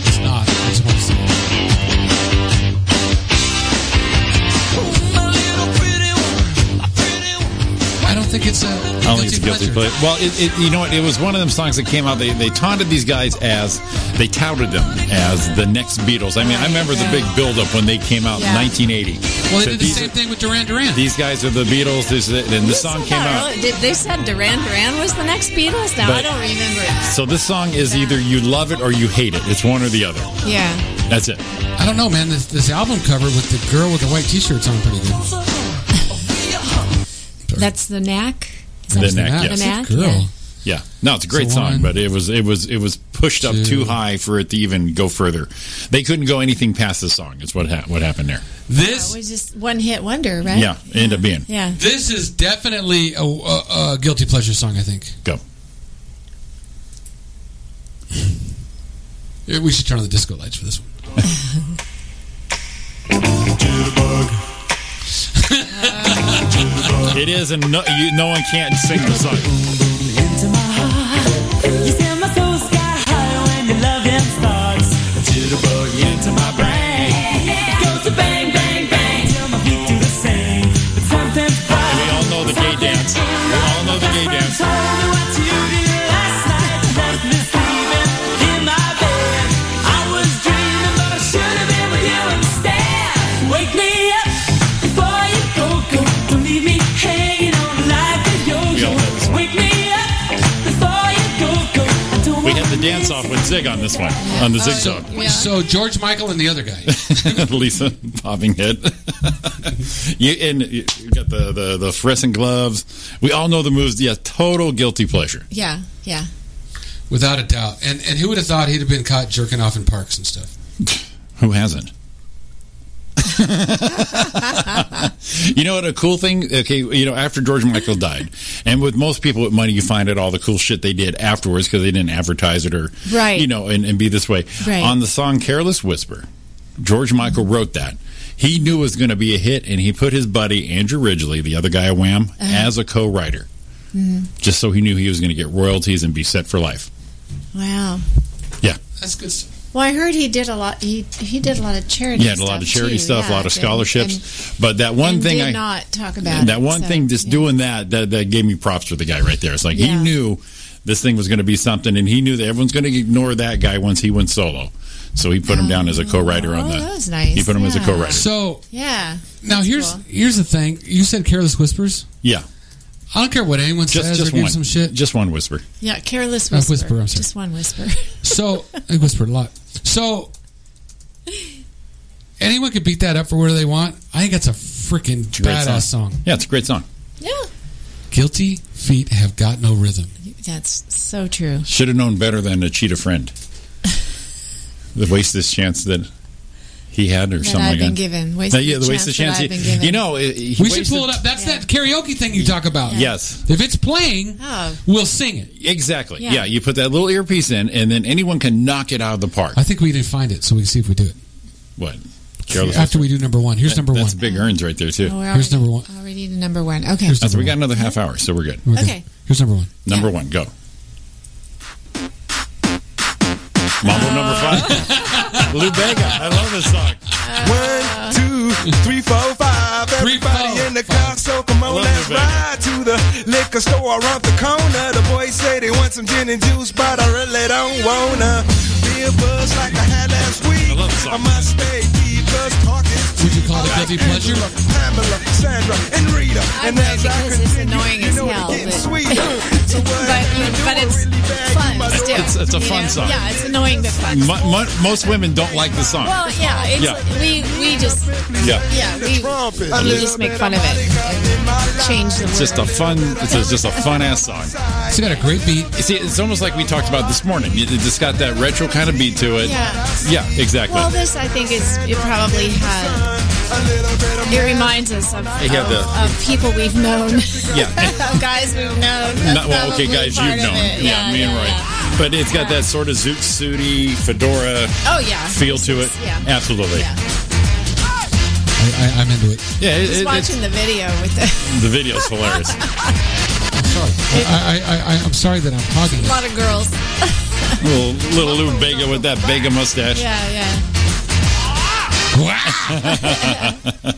It's not. It's a punk song. I don't think it's a. I don't think it's a guilty pleasure. Well, it, it, you know what? It was one of them songs that came out. They, they taunted these guys as, they touted them as the next Beatles. I mean, I remember the big buildup when they came out Yeah. in 1980. Well, So they did the these, same thing with Duran Duran. these guys are the Beatles. This, is it, and the song came out. Really, did, they said Duran Duran was the next Beatles. Now I But- don't remember it. So this song is either you love it or you hate it. It's one or the other. Yeah. That's it. I don't know, man. This, this album cover with the girl with the white T-shirt's on pretty good. That's the knack. Is The that- Knack, yes. The knack. Girl. Yeah. Yeah. No, it's a great So song, one, but it was it was it was pushed up two. too high for it to even go further. They couldn't go anything past the song. It's what ha- what happened there. This It was just one hit wonder, right? Yeah, it ended up being Yeah. this is definitely a, a, a guilty pleasure song. I think. go. Eh, We should turn on the disco lights for this one. It is, and no, you, no one can't sing the song. And we all know the gay dance. We all know the gay dance. We had the dance off with Zig on this one, on the Zig So, song. Yeah. so George Michael and the other guy. Lisa bobbing head. you and you you got the, the the fluorescent gloves. We all know the moves. Yeah, total guilty pleasure. Yeah. Yeah. Without a doubt. And and who would have thought he'd have been caught jerking off in parks and stuff? Who hasn't? you know what? A cool thing. Okay, you know, after George Michael died, and with most people with money, you find out all the cool shit they did afterwards because they didn't advertise it or, Right. You know, and, and be this way. Right. On the song "Careless Whisper," George Michael wrote that. He knew it was going to be a hit, and he put his buddy Andrew Ridgely, the other guy at Wham, Uh-huh. as a co-writer, Mm-hmm. just so he knew he was going to get royalties and be set for life. Wow. Yeah. That's good stuff. Well, I heard he did a lot. He he did a lot of charity. He had a lot of charity too, stuff, a yeah, lot of and- scholarships. but that one and thing did I not talk about that it, one so, thing, just yeah. doing that, that, that gave me props for the guy right there. It's like Yeah. he knew this thing was going to be something, and he knew that everyone's going to ignore that guy once he went solo. So he put him down as a co-writer on Oh, the. that was nice, He put him as a yeah. co-writer. So Yeah. now That's here's cool. here's the thing. You said careless whispers. yeah, I don't care what anyone just says just or one, do some shit. just one whisper. yeah, careless Uh, whisper. whisper, I'm sorry. Just one whisper. So I whispered a lot. So anyone could beat that up for whatever they want. I think that's a freaking great badass song. Yeah, it's a great song. yeah, Guilty feet have got no rhythm. that's so true. Should have known better than to cheat a friend. the waste this chance that he had, or That something I've like been that. given. Wasted That, yeah, the waste of chance. that I've he- been given. You know, it- he we should wasted- pull it up. That's yeah. that karaoke thing you talk about. Yes. If it's playing, Oh. we'll sing it. Exactly. Yeah. Yeah. you put that little earpiece in, and then anyone can knock it out of the park. I think we didn't find it, so we can see if we do it. What? Careless After whisper. we do number one. Here's number That's one. big earns right there too. Oh, we're Here's already- number one. Already to number one. Okay. Here's That's- we got another half hour, so we're good. We're good. Okay. Here's number one. Number one, go. Mambo number five. Uh, Lou Bega. I love this song. One, two, three, four, five. Three, four, Everybody in the car, so come on, Love let's you, baby. ride to the liquor store around the corner. The boys say they want some gin and juice, but I really don't wanna. Be a buzz like I had last week. I love this song. I must stay deep, 'cause talk is Would you cheap. call it I like guilty pleasure? Angela, Pamela, Sandra, and Rita. and Okay, as I because it's continue, annoying you as know it's hell, getting but- sweet. So what But I'm you- doing but it's really bad, fun you must still. It's- it's a you fun song. Yeah, it's annoying but fun. Mo- mo- most women don't like the song. well, yeah, it's Yeah. we we just Yeah. yeah we trumpet. we just make fun of it, change the It's just a word. fun. It's a- just a fun ass song. It's got a great beat. You see, it's almost like we talked about this morning. It it just got that retro kind of beat to it. Yeah. Yeah, exactly. Well, this I think is it probably had it reminds us of, They have of, the- of people we've known. Yeah. Of guys we've known. That's Not, well, okay, probably guys, part you've of known. it. Yeah, me and Roy. But it's got that sort of zoot suity fedora Oh, yeah. feel to it. Yeah. Absolutely. Yeah. I, I, I'm into it. Yeah, it, Just it- it's- watching the video with the, the video's hilarious. I'm sorry. I, I, I, I, I'm sorry that I'm hogging a it. lot of girls. little, little Lou Bega with that Bega mustache. Yeah, yeah.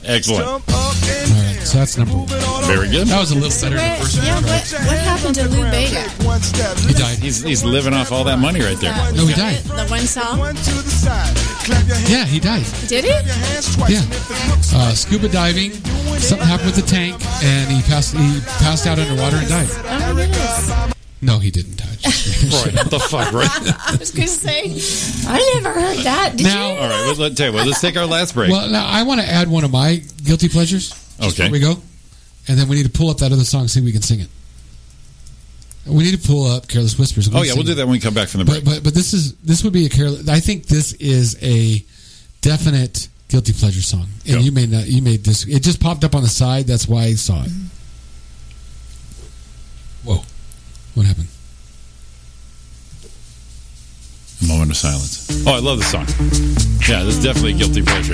Excellent. All right, so that's number one. Very good. That was a little better than Where, the first yeah, one. what, what happened to Lou Bega? He died. He's, he's living off all that money right there. No, he died. The one song? Yeah, he died. Did he? Yeah. Uh, scuba diving. Something happened with the tank, and he passed. He passed out underwater and died. Oh, my goodness. No, he didn't die. Roy, what the fuck, Roy? I was going to say, I never heard that. Did Now- you? All right, well, let's tell you what, let's take our last break. Well, now I want to add one of my guilty pleasures. Okay. Here we go. And then we need to pull up that other song, see if we can sing it. We need to pull up Careless Whispers. oh, yeah, we'll do that when we come back from the break. But, but but this is this would be a careless. I think this is a definite guilty pleasure song. And Go. you may not. You made this. It just popped up on the side. That's why I saw it. Whoa! What happened? A moment of silence. Oh, I love this song. Yeah, this is definitely a guilty pleasure.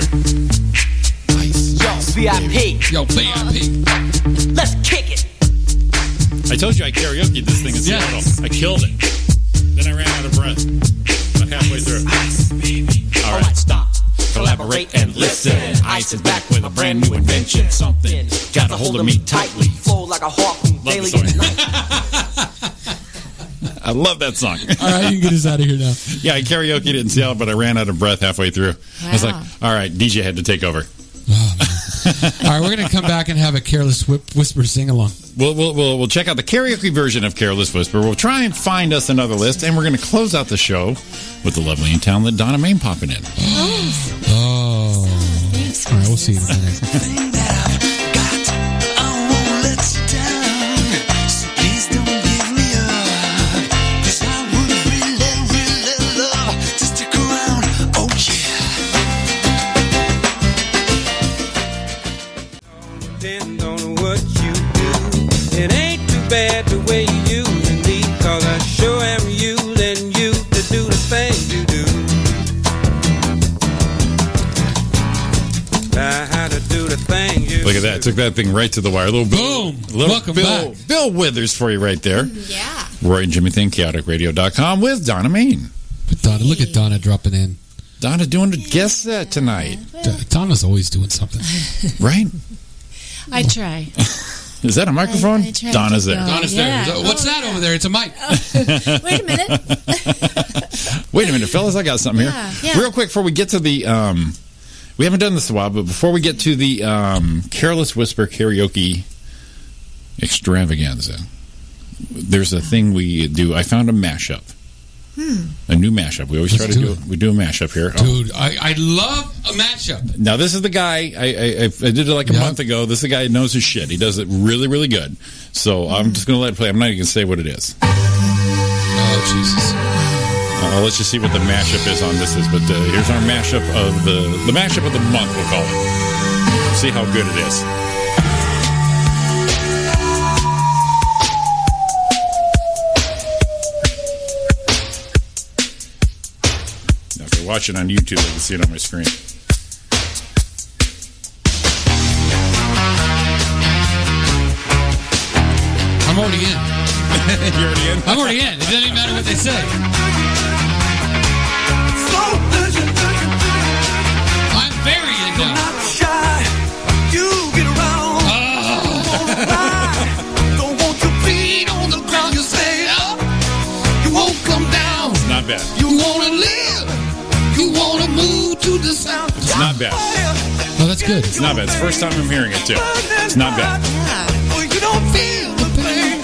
VIP. Yo, VIP. Let's kick it. I told you I karaoke this thing in Seattle. I killed it. Then I ran out of breath. About halfway through. All right, stop. Collaborate and listen. Ice is back with a brand new invention. Something got a hold of me tightly. Flow like a harpoon Love the daily song. and night. I love that song. All right, you can get us out of here now. Yeah, I karaoke it in Seattle, but I ran out of breath halfway through. I was like, Wow. all right, DJ had to take over. All right, we're gonna come back and have a Careless Whip Whisper sing along. We'll, we'll, we'll, we'll check out the karaoke version of Careless Whisper. We'll try and find us another list, and we're going to close out the show with the lovely and talented Donna Main popping in. Oh. All right, we'll see you in a minute. Oh, Depend on what you do. It ain't too bad the way you using me, cause I sure am using you to do the things you do. Now how to do the things you Look at that. Took that thing right to the wire. Little Bill, Boom. Little Welcome Bill, Mm-hmm. back. Bill Withers for you right there. Yeah. Roy and Jimmy Thing, chaoticradio.com with Donna Main. But Donna, look at Donna dropping in. Donna doing a guest set tonight, D- Donna's always doing something. right? I try. Is that a microphone? I tried to Donna's there. go. Donna's Yeah. there. What's that over there? It's a mic. Wait a minute. Wait a minute, fellas, I got something Yeah, here. yeah. Real quick before we get to the um we haven't done this in a while, but before we get to the um Careless Whisper karaoke extravaganza, there's a thing we do. I found a mashup. Hmm. A new mashup. We always Let's try to do do, we do a mashup here. Oh, Dude, I, I love a matchup. Now this is the guy I, I, I I did it like a Yeah. month ago. This is the guy who knows his shit. He does it really, really good. So Hmm. I'm just gonna let it play. I'm not even gonna say what it is. Oh, Jesus. Uh, let's just see what the mashup is on this is. But uh, here's our mashup of the the mashup of the month. We'll call it. See how good it is. Now, if you're watching on YouTube, you can see it on my screen. I'm already in. you're already in. I'm already in. It doesn't even matter what they say. I'm very in now. Oh. Not bad. It's not bad. No, that's good. It's not bad. It's the first time I'm hearing it too. It's not bad.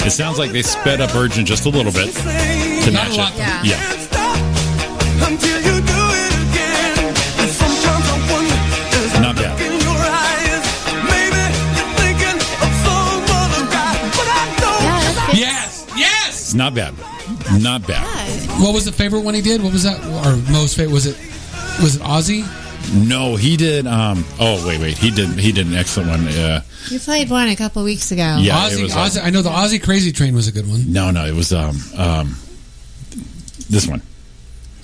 It sounds like they sped up Urgent just a little bit to Not a match lot, it. though. Yeah. Yeah. Not bad. Yes. Yes. It's not bad. Not bad. What was the favorite one he did? What was that? Or most favorite? Was it was it Ozzy? No, he did. Um. Oh, wait, wait. He did. He did an excellent one. Uh, You played one a couple weeks ago. yeah, it Ozzy, was, uh, Ozzy, I know the Ozzy Crazy Train was a good one. No, no, it was um um this one.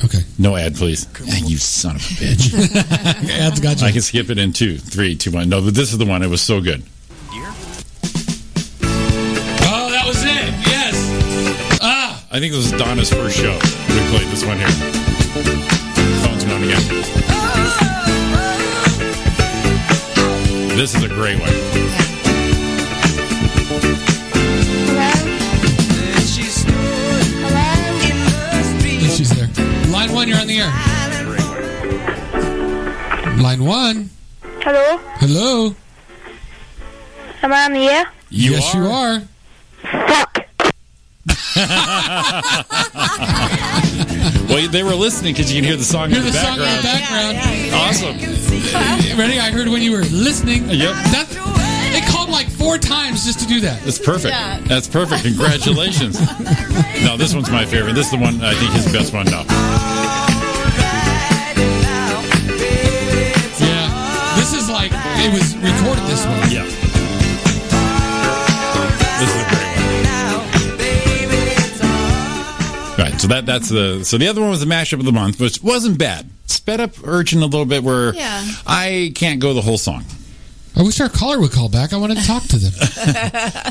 Okay. No ad, please. Yeah, you son of a bitch. Ad's got you. I can skip it in two, three, two, one. No, but this is the one. It was so good. Oh, that was it. Yes. Ah. I think this was Donna's first show. We played this one here. Phone's going again. This is a great one. If she's there. Line one, you're on the air. Line one. Hello, Hello. am I on the air? yes, you are. Well, they were listening because you can hear the song Hear in the, the song in the background. background. Awesome. Ready? I heard when you were listening. Yep. That, they called like four times just to do that. That's perfect. That's perfect. Congratulations. no, this one's my favorite. This is the one I think his best one now. Yeah. This is like it was recorded this one. Yeah. This is a great one. Right, so that that's the so the other one was the mashup of the month, which wasn't bad. Sped up urgent a little bit where Yeah. I can't go the whole song. I wish our caller would call back. I wanted to talk to them.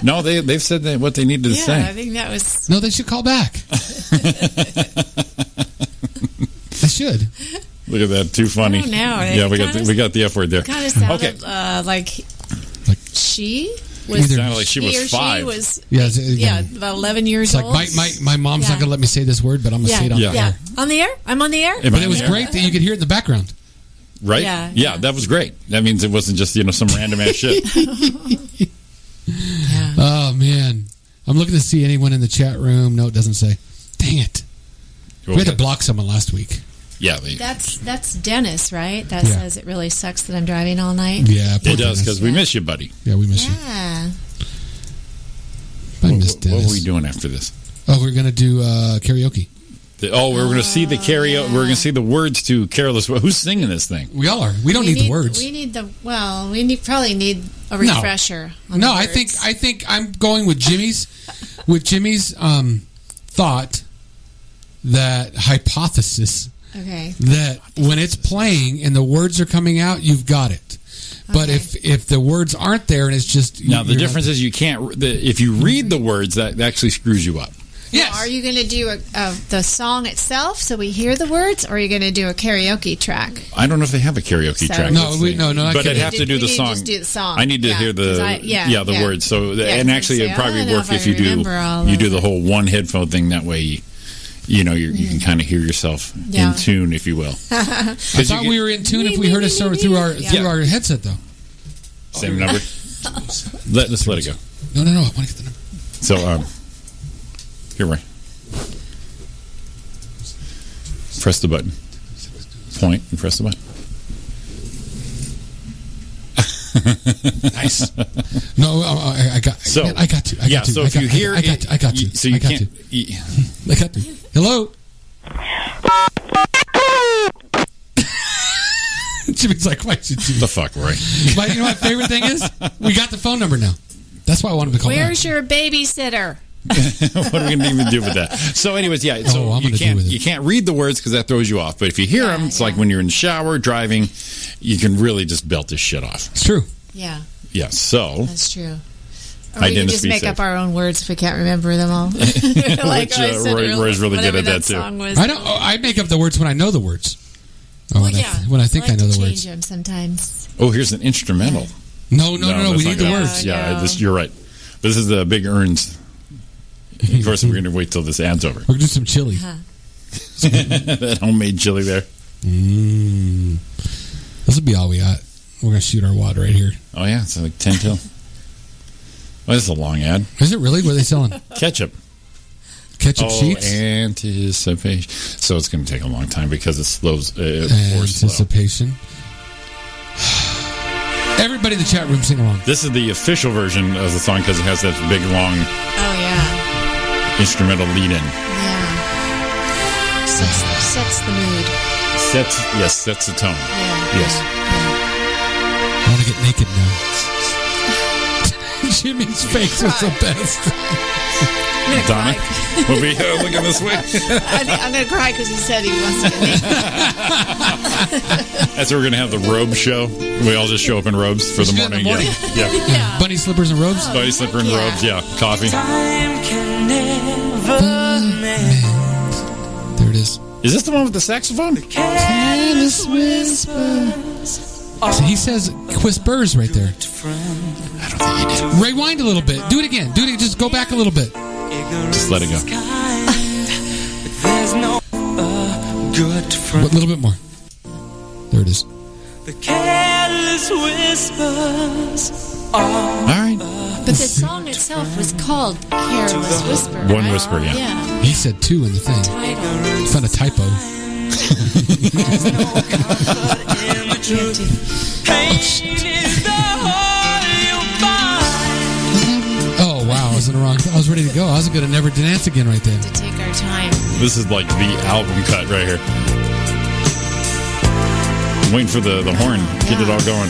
No, they they've said that what they needed to Yeah, say. I think that was. No, they should call back. they should. Look at that, too funny. I don't know. It Yeah, we got the, kinda- we got the F word there. Kind of sounded Okay. uh, like she Either- was. Sounded like she he was or five. She was. Yeah, it's- Yeah, about eleven years It's like old. my, my, my mom's not Yeah. gonna let me say this word, but I'm gonna yeah, say it on yeah. the air. On the air? I'm on the air. Am I But it on was the air? great that you could hear it in the background. Right? Yeah, that was great. That means it wasn't just, you know, some random ass shit. Oh man, I'm looking to see anyone in the chat room. No, it doesn't say. Dang it! We had to block someone last week. Yeah, they- That's that's Dennis, right? That Yeah. says it really sucks that I'm driving all night. Yeah, poor it does Dennis. because we miss you, buddy. Yeah, we miss Yeah. you. I miss What Dennis. were we doing after this? Oh, we're gonna do uh, karaoke. The- oh, we we're going to see the karaoke. Oh, We're going to see the words to "Careless." Wh- Who's singing this thing? We all are. We don't need, the words. We need the well. We need probably need a No. refresher. on no, the I words. think I think I'm going with Jimmy's with Jimmy's um, thought that hypothesis Okay. that when it's playing and the words are coming out, you've got it. But if if the words aren't there and it's just Now the difference is you can't. re- The, if you read the words, that, that actually screws you up. Yes. Are you going to do a, a, the song itself so we hear the words, or are you going to do a karaoke track? Oh, I don't know if they have a karaoke So- track. No, that's we- the- no, no, not But I'd karaoke. have to We do need the to song. just do the song. I need to Yeah, hear 'cause the I- yeah, yeah, the yeah. words. So the- Yeah, and 'cause actually, I it say, "Oh, probably I don't know work if if I you do remember all you of do the whole one headphone thing. That way, you, you know you're, you can kind of hear yourself Yeah. in tune, if you will. I you thought get- we were in tune if we heard us over through our through Yeah. our headset though. Same number. let us let it go. No, no, no. I want to get the number. So um, here we press the button. Point and press the button. nice. No, uh, I, I- I got. So man, I got to. I got yeah. to, so I if got- you I got- hear, I got. it- I got you- to. So you I got can't. to. you- I got to. Hello. Jimmy's like, why should you? The fuck, Roy? But you know what? Favorite thing is we got the phone number now. That's why I wanted to call back. Where's your babysitter? what are we going to even do with that? So, anyways, yeah. So Oh, I'm you gonna do can't with it. you can't read the words because that throws you off. But if you hear them, it's like when you're in the shower driving, you can really just belt this shit off. It's true. Yeah, Yeah. So that's true. Or Hi, we can Dennis just B. make said. up our own words if we can't remember them all. Which, uh, Roy- Roy's really good whatever at that, too. song was. I don't. oh, I make up the words when I know the words. Oh, when, I, when I think I, like know the to words. change them sometimes. oh, here's an instrumental. No, no, no, no. that's we not need the gonna- words. Yeah, no. this, you're right. But this is the big urns. Of course, we're going to wait till this ad's over. We're gonna do some chili. that homemade chili there. Mm. This will be all we got. We're gonna shoot our wad right here. Oh yeah, it's like ten till. Well, this is a long ad. Is it really? What are they selling? Ketchup. Oh, Ketchup sheets. anticipation. So it's going to take a long time because it slows. Uh, or slow. Anticipation. Everybody in the chat room sing along. This is the official version of the song because it has that big long Oh yeah, instrumental lead in. yeah. Sets, sets the mood. sets yes, that's the tone. Yes. I want to get naked now. Jimmy's face was the best. Donna, we'll be uh, looking this way. I think I'm going to cry because he said he wants to get naked. That's what we're gonna have the robe show. We all just show up in robes for the morning. Yeah, yeah. Bunny slippers and robes. Body slipper and robes. Yeah, coffee. There it is. Is this the one with the saxophone? Careless whispers. So he says whispers right there. Rewind a little bit. Do it again. Do it. Just go back a little bit. Just let it go. There's no good A little bit more. There it is. careless whispers. All right. But the song itself was called Careless Whisper. One whisper, yeah. He said two in the thing. Found a typo. oh wow, I was in the wrong. I was ready to go. I was gonna never dance again right then. Take our time. This is like the album cut right here. I'm waiting for the, the horn. Get it all going.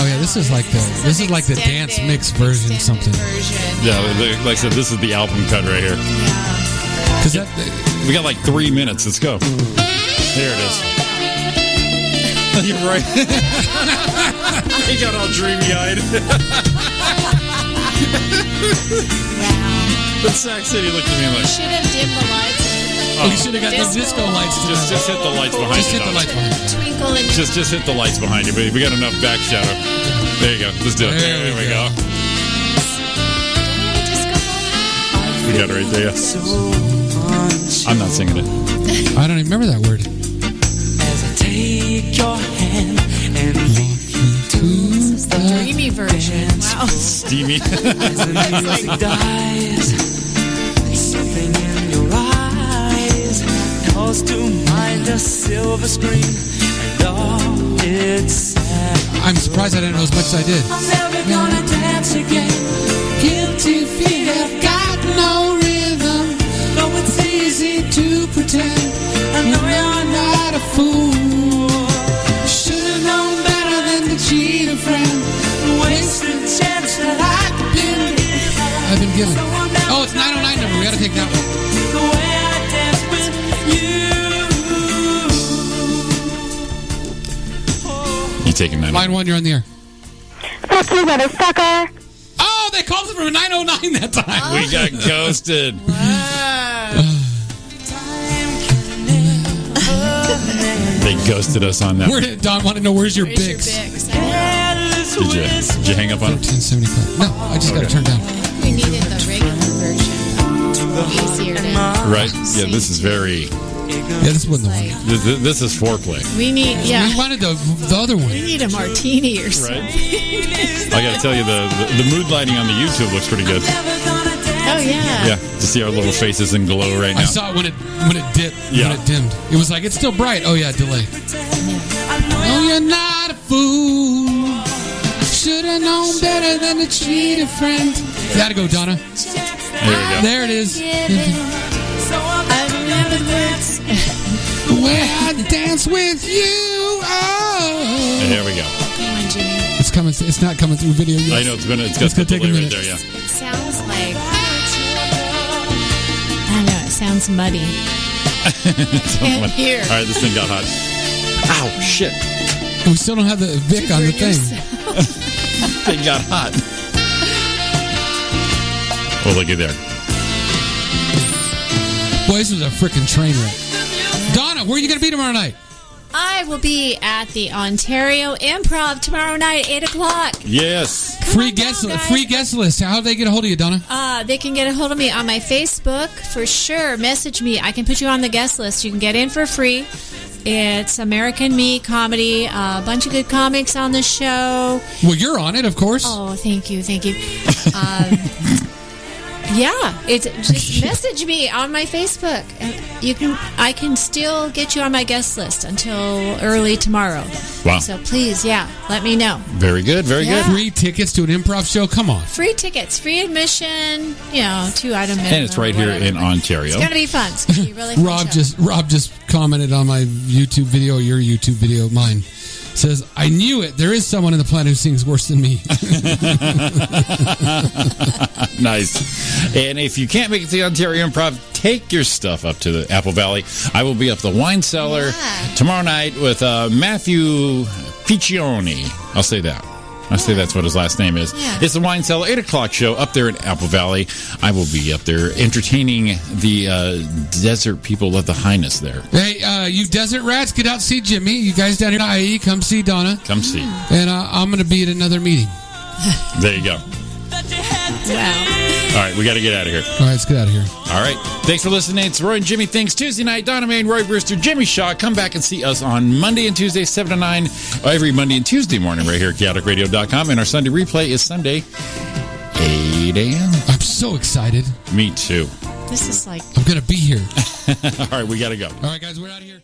Oh yeah, this is like the this is like the dance mix version something. Yeah, li- like I said, this is the album cut right here. Cause that, uh, we got like three minutes. Let's go. There it is. You're right. he got all dreamy eyed. But Sac City looked at me You like, should have dimmed the lights. Oh. You should have got the disco lights to just just hit the lights behind Just you. hit the Don. lights behind you. Twinkle in Just just hit the lights behind you, baby. We got enough back shadow. There you go. Let's do it. There, we go. We got it right there. I'm not singing it. I don't even remember that word. Take your hand and lead This is the dreamy version. Wow. Steamy. As the music dies, something in your eyes calls to mind a silver screen and all it's sad. I'm surprised I didn't know as much as I did. I'm never gonna dance again. Guilty feet have got no rhythm, though it's easy to pretend. I know you're not a fool. Should've known better than to cheat a friend. Waste the chance that I've been given. I've been given. Oh, it's 909 number. We gotta take that one. The way I dance with you. You taking that? Line one, you're on the air. Fuck you, motherfucker. Oh, they called it from 909 that time. We got ghosted. They ghosted us on that. Where did Don want to know? Where's your Oh. Where's your Bix? Bix? Did you did you hang up on it? 1375. Oh, No, I just got to Okay. turn down. We needed the regular version. Easier to. Right? Yeah. This is very. Yeah, this wasn't the one. This, this is foreplay. We need, We yeah. wanted the the other We one. need a martini or something. Right. I gotta tell you, the, the the mood lighting on the YouTube looks pretty good. Oh, yeah. Yeah, to see our little faces in glow right I now. saw it when it when it dipped Yeah. when it dimmed. It was like it's still bright. Oh yeah, delay. Oh, you're not a fool. Should have known better than to cheat a friend. Gotta go, Donna. There we go. There it is. I don't know the words. The way I dance with you. Oh. There we go. Come on, Jimmy. It's coming. It's not coming through video yet. I know it's been it's got It's the gonna take a delay right minute. there. Yeah. It sounds like. I know, it sounds muddy. Can't hear. All right, this thing got hot. Ow! Shit! We still don't have the Vic on the Bring thing. yourself- Thing got hot. Oh, look at there. Boy, this was a freaking train wreck. Donna, where are you going to be tomorrow night? I will be at the Ontario Improv tomorrow night, 8 o'clock. Yes. Come Free on down, guest, guys. free guest list. How do they get a hold of you, Donna? Uh, they can get a hold of me on my Facebook for sure. Message me. I can put you on the guest list. You can get in for free. It's American Me Comedy. uh, A bunch of good comics on the show. Well, you're on it, of course. Oh, thank you, thank you. Um, Yeah, it's just message me on my Facebook. And You can, I can still get you on my guest list until early tomorrow. Wow. So please, yeah, let me know. Very good. Very Yeah. good. Free tickets to an improv show. Come on. Free tickets, free admission. You know, two item minimum. And it's right here in Ontario. It's gonna be fun. It's gonna be really fun. Rob show. just Rob just commented on my YouTube video, your YouTube video, mine. Says, I knew it. There is someone in the planet who sings worse than me. nice. And if you can't make it to the Ontario Improv, take your stuff up to the Apple Valley. I will be up the wine cellar tomorrow night with uh, Matthew Piccioni. I'll say that. I'll say that's what his last name is. It's the Wine Cellar 8 o'clock show up there in Apple Valley. I will be up there entertaining the uh, desert people of the highness there. hey, uh, you desert rats, get out see Jimmy. You guys down here at IE, come see Donna. Come see. And uh, I'm going to be at another meeting. There you go. Wow. All right, we got to get out of here. All right, let's get out of here. All right. Thanks for listening. It's Roy and Jimmy Things Tuesday night. Donna May and Roy Brewster, Jimmy Shaw. Come back and see us on Monday and Tuesday, 7 to 9, every Monday and Tuesday morning right here at chaoticradio.com. And our Sunday replay is Sunday, 8 a.m. I'm so excited. Me too. This is like I'm going to be here. All right, we got to go. All right, guys, we're out of here.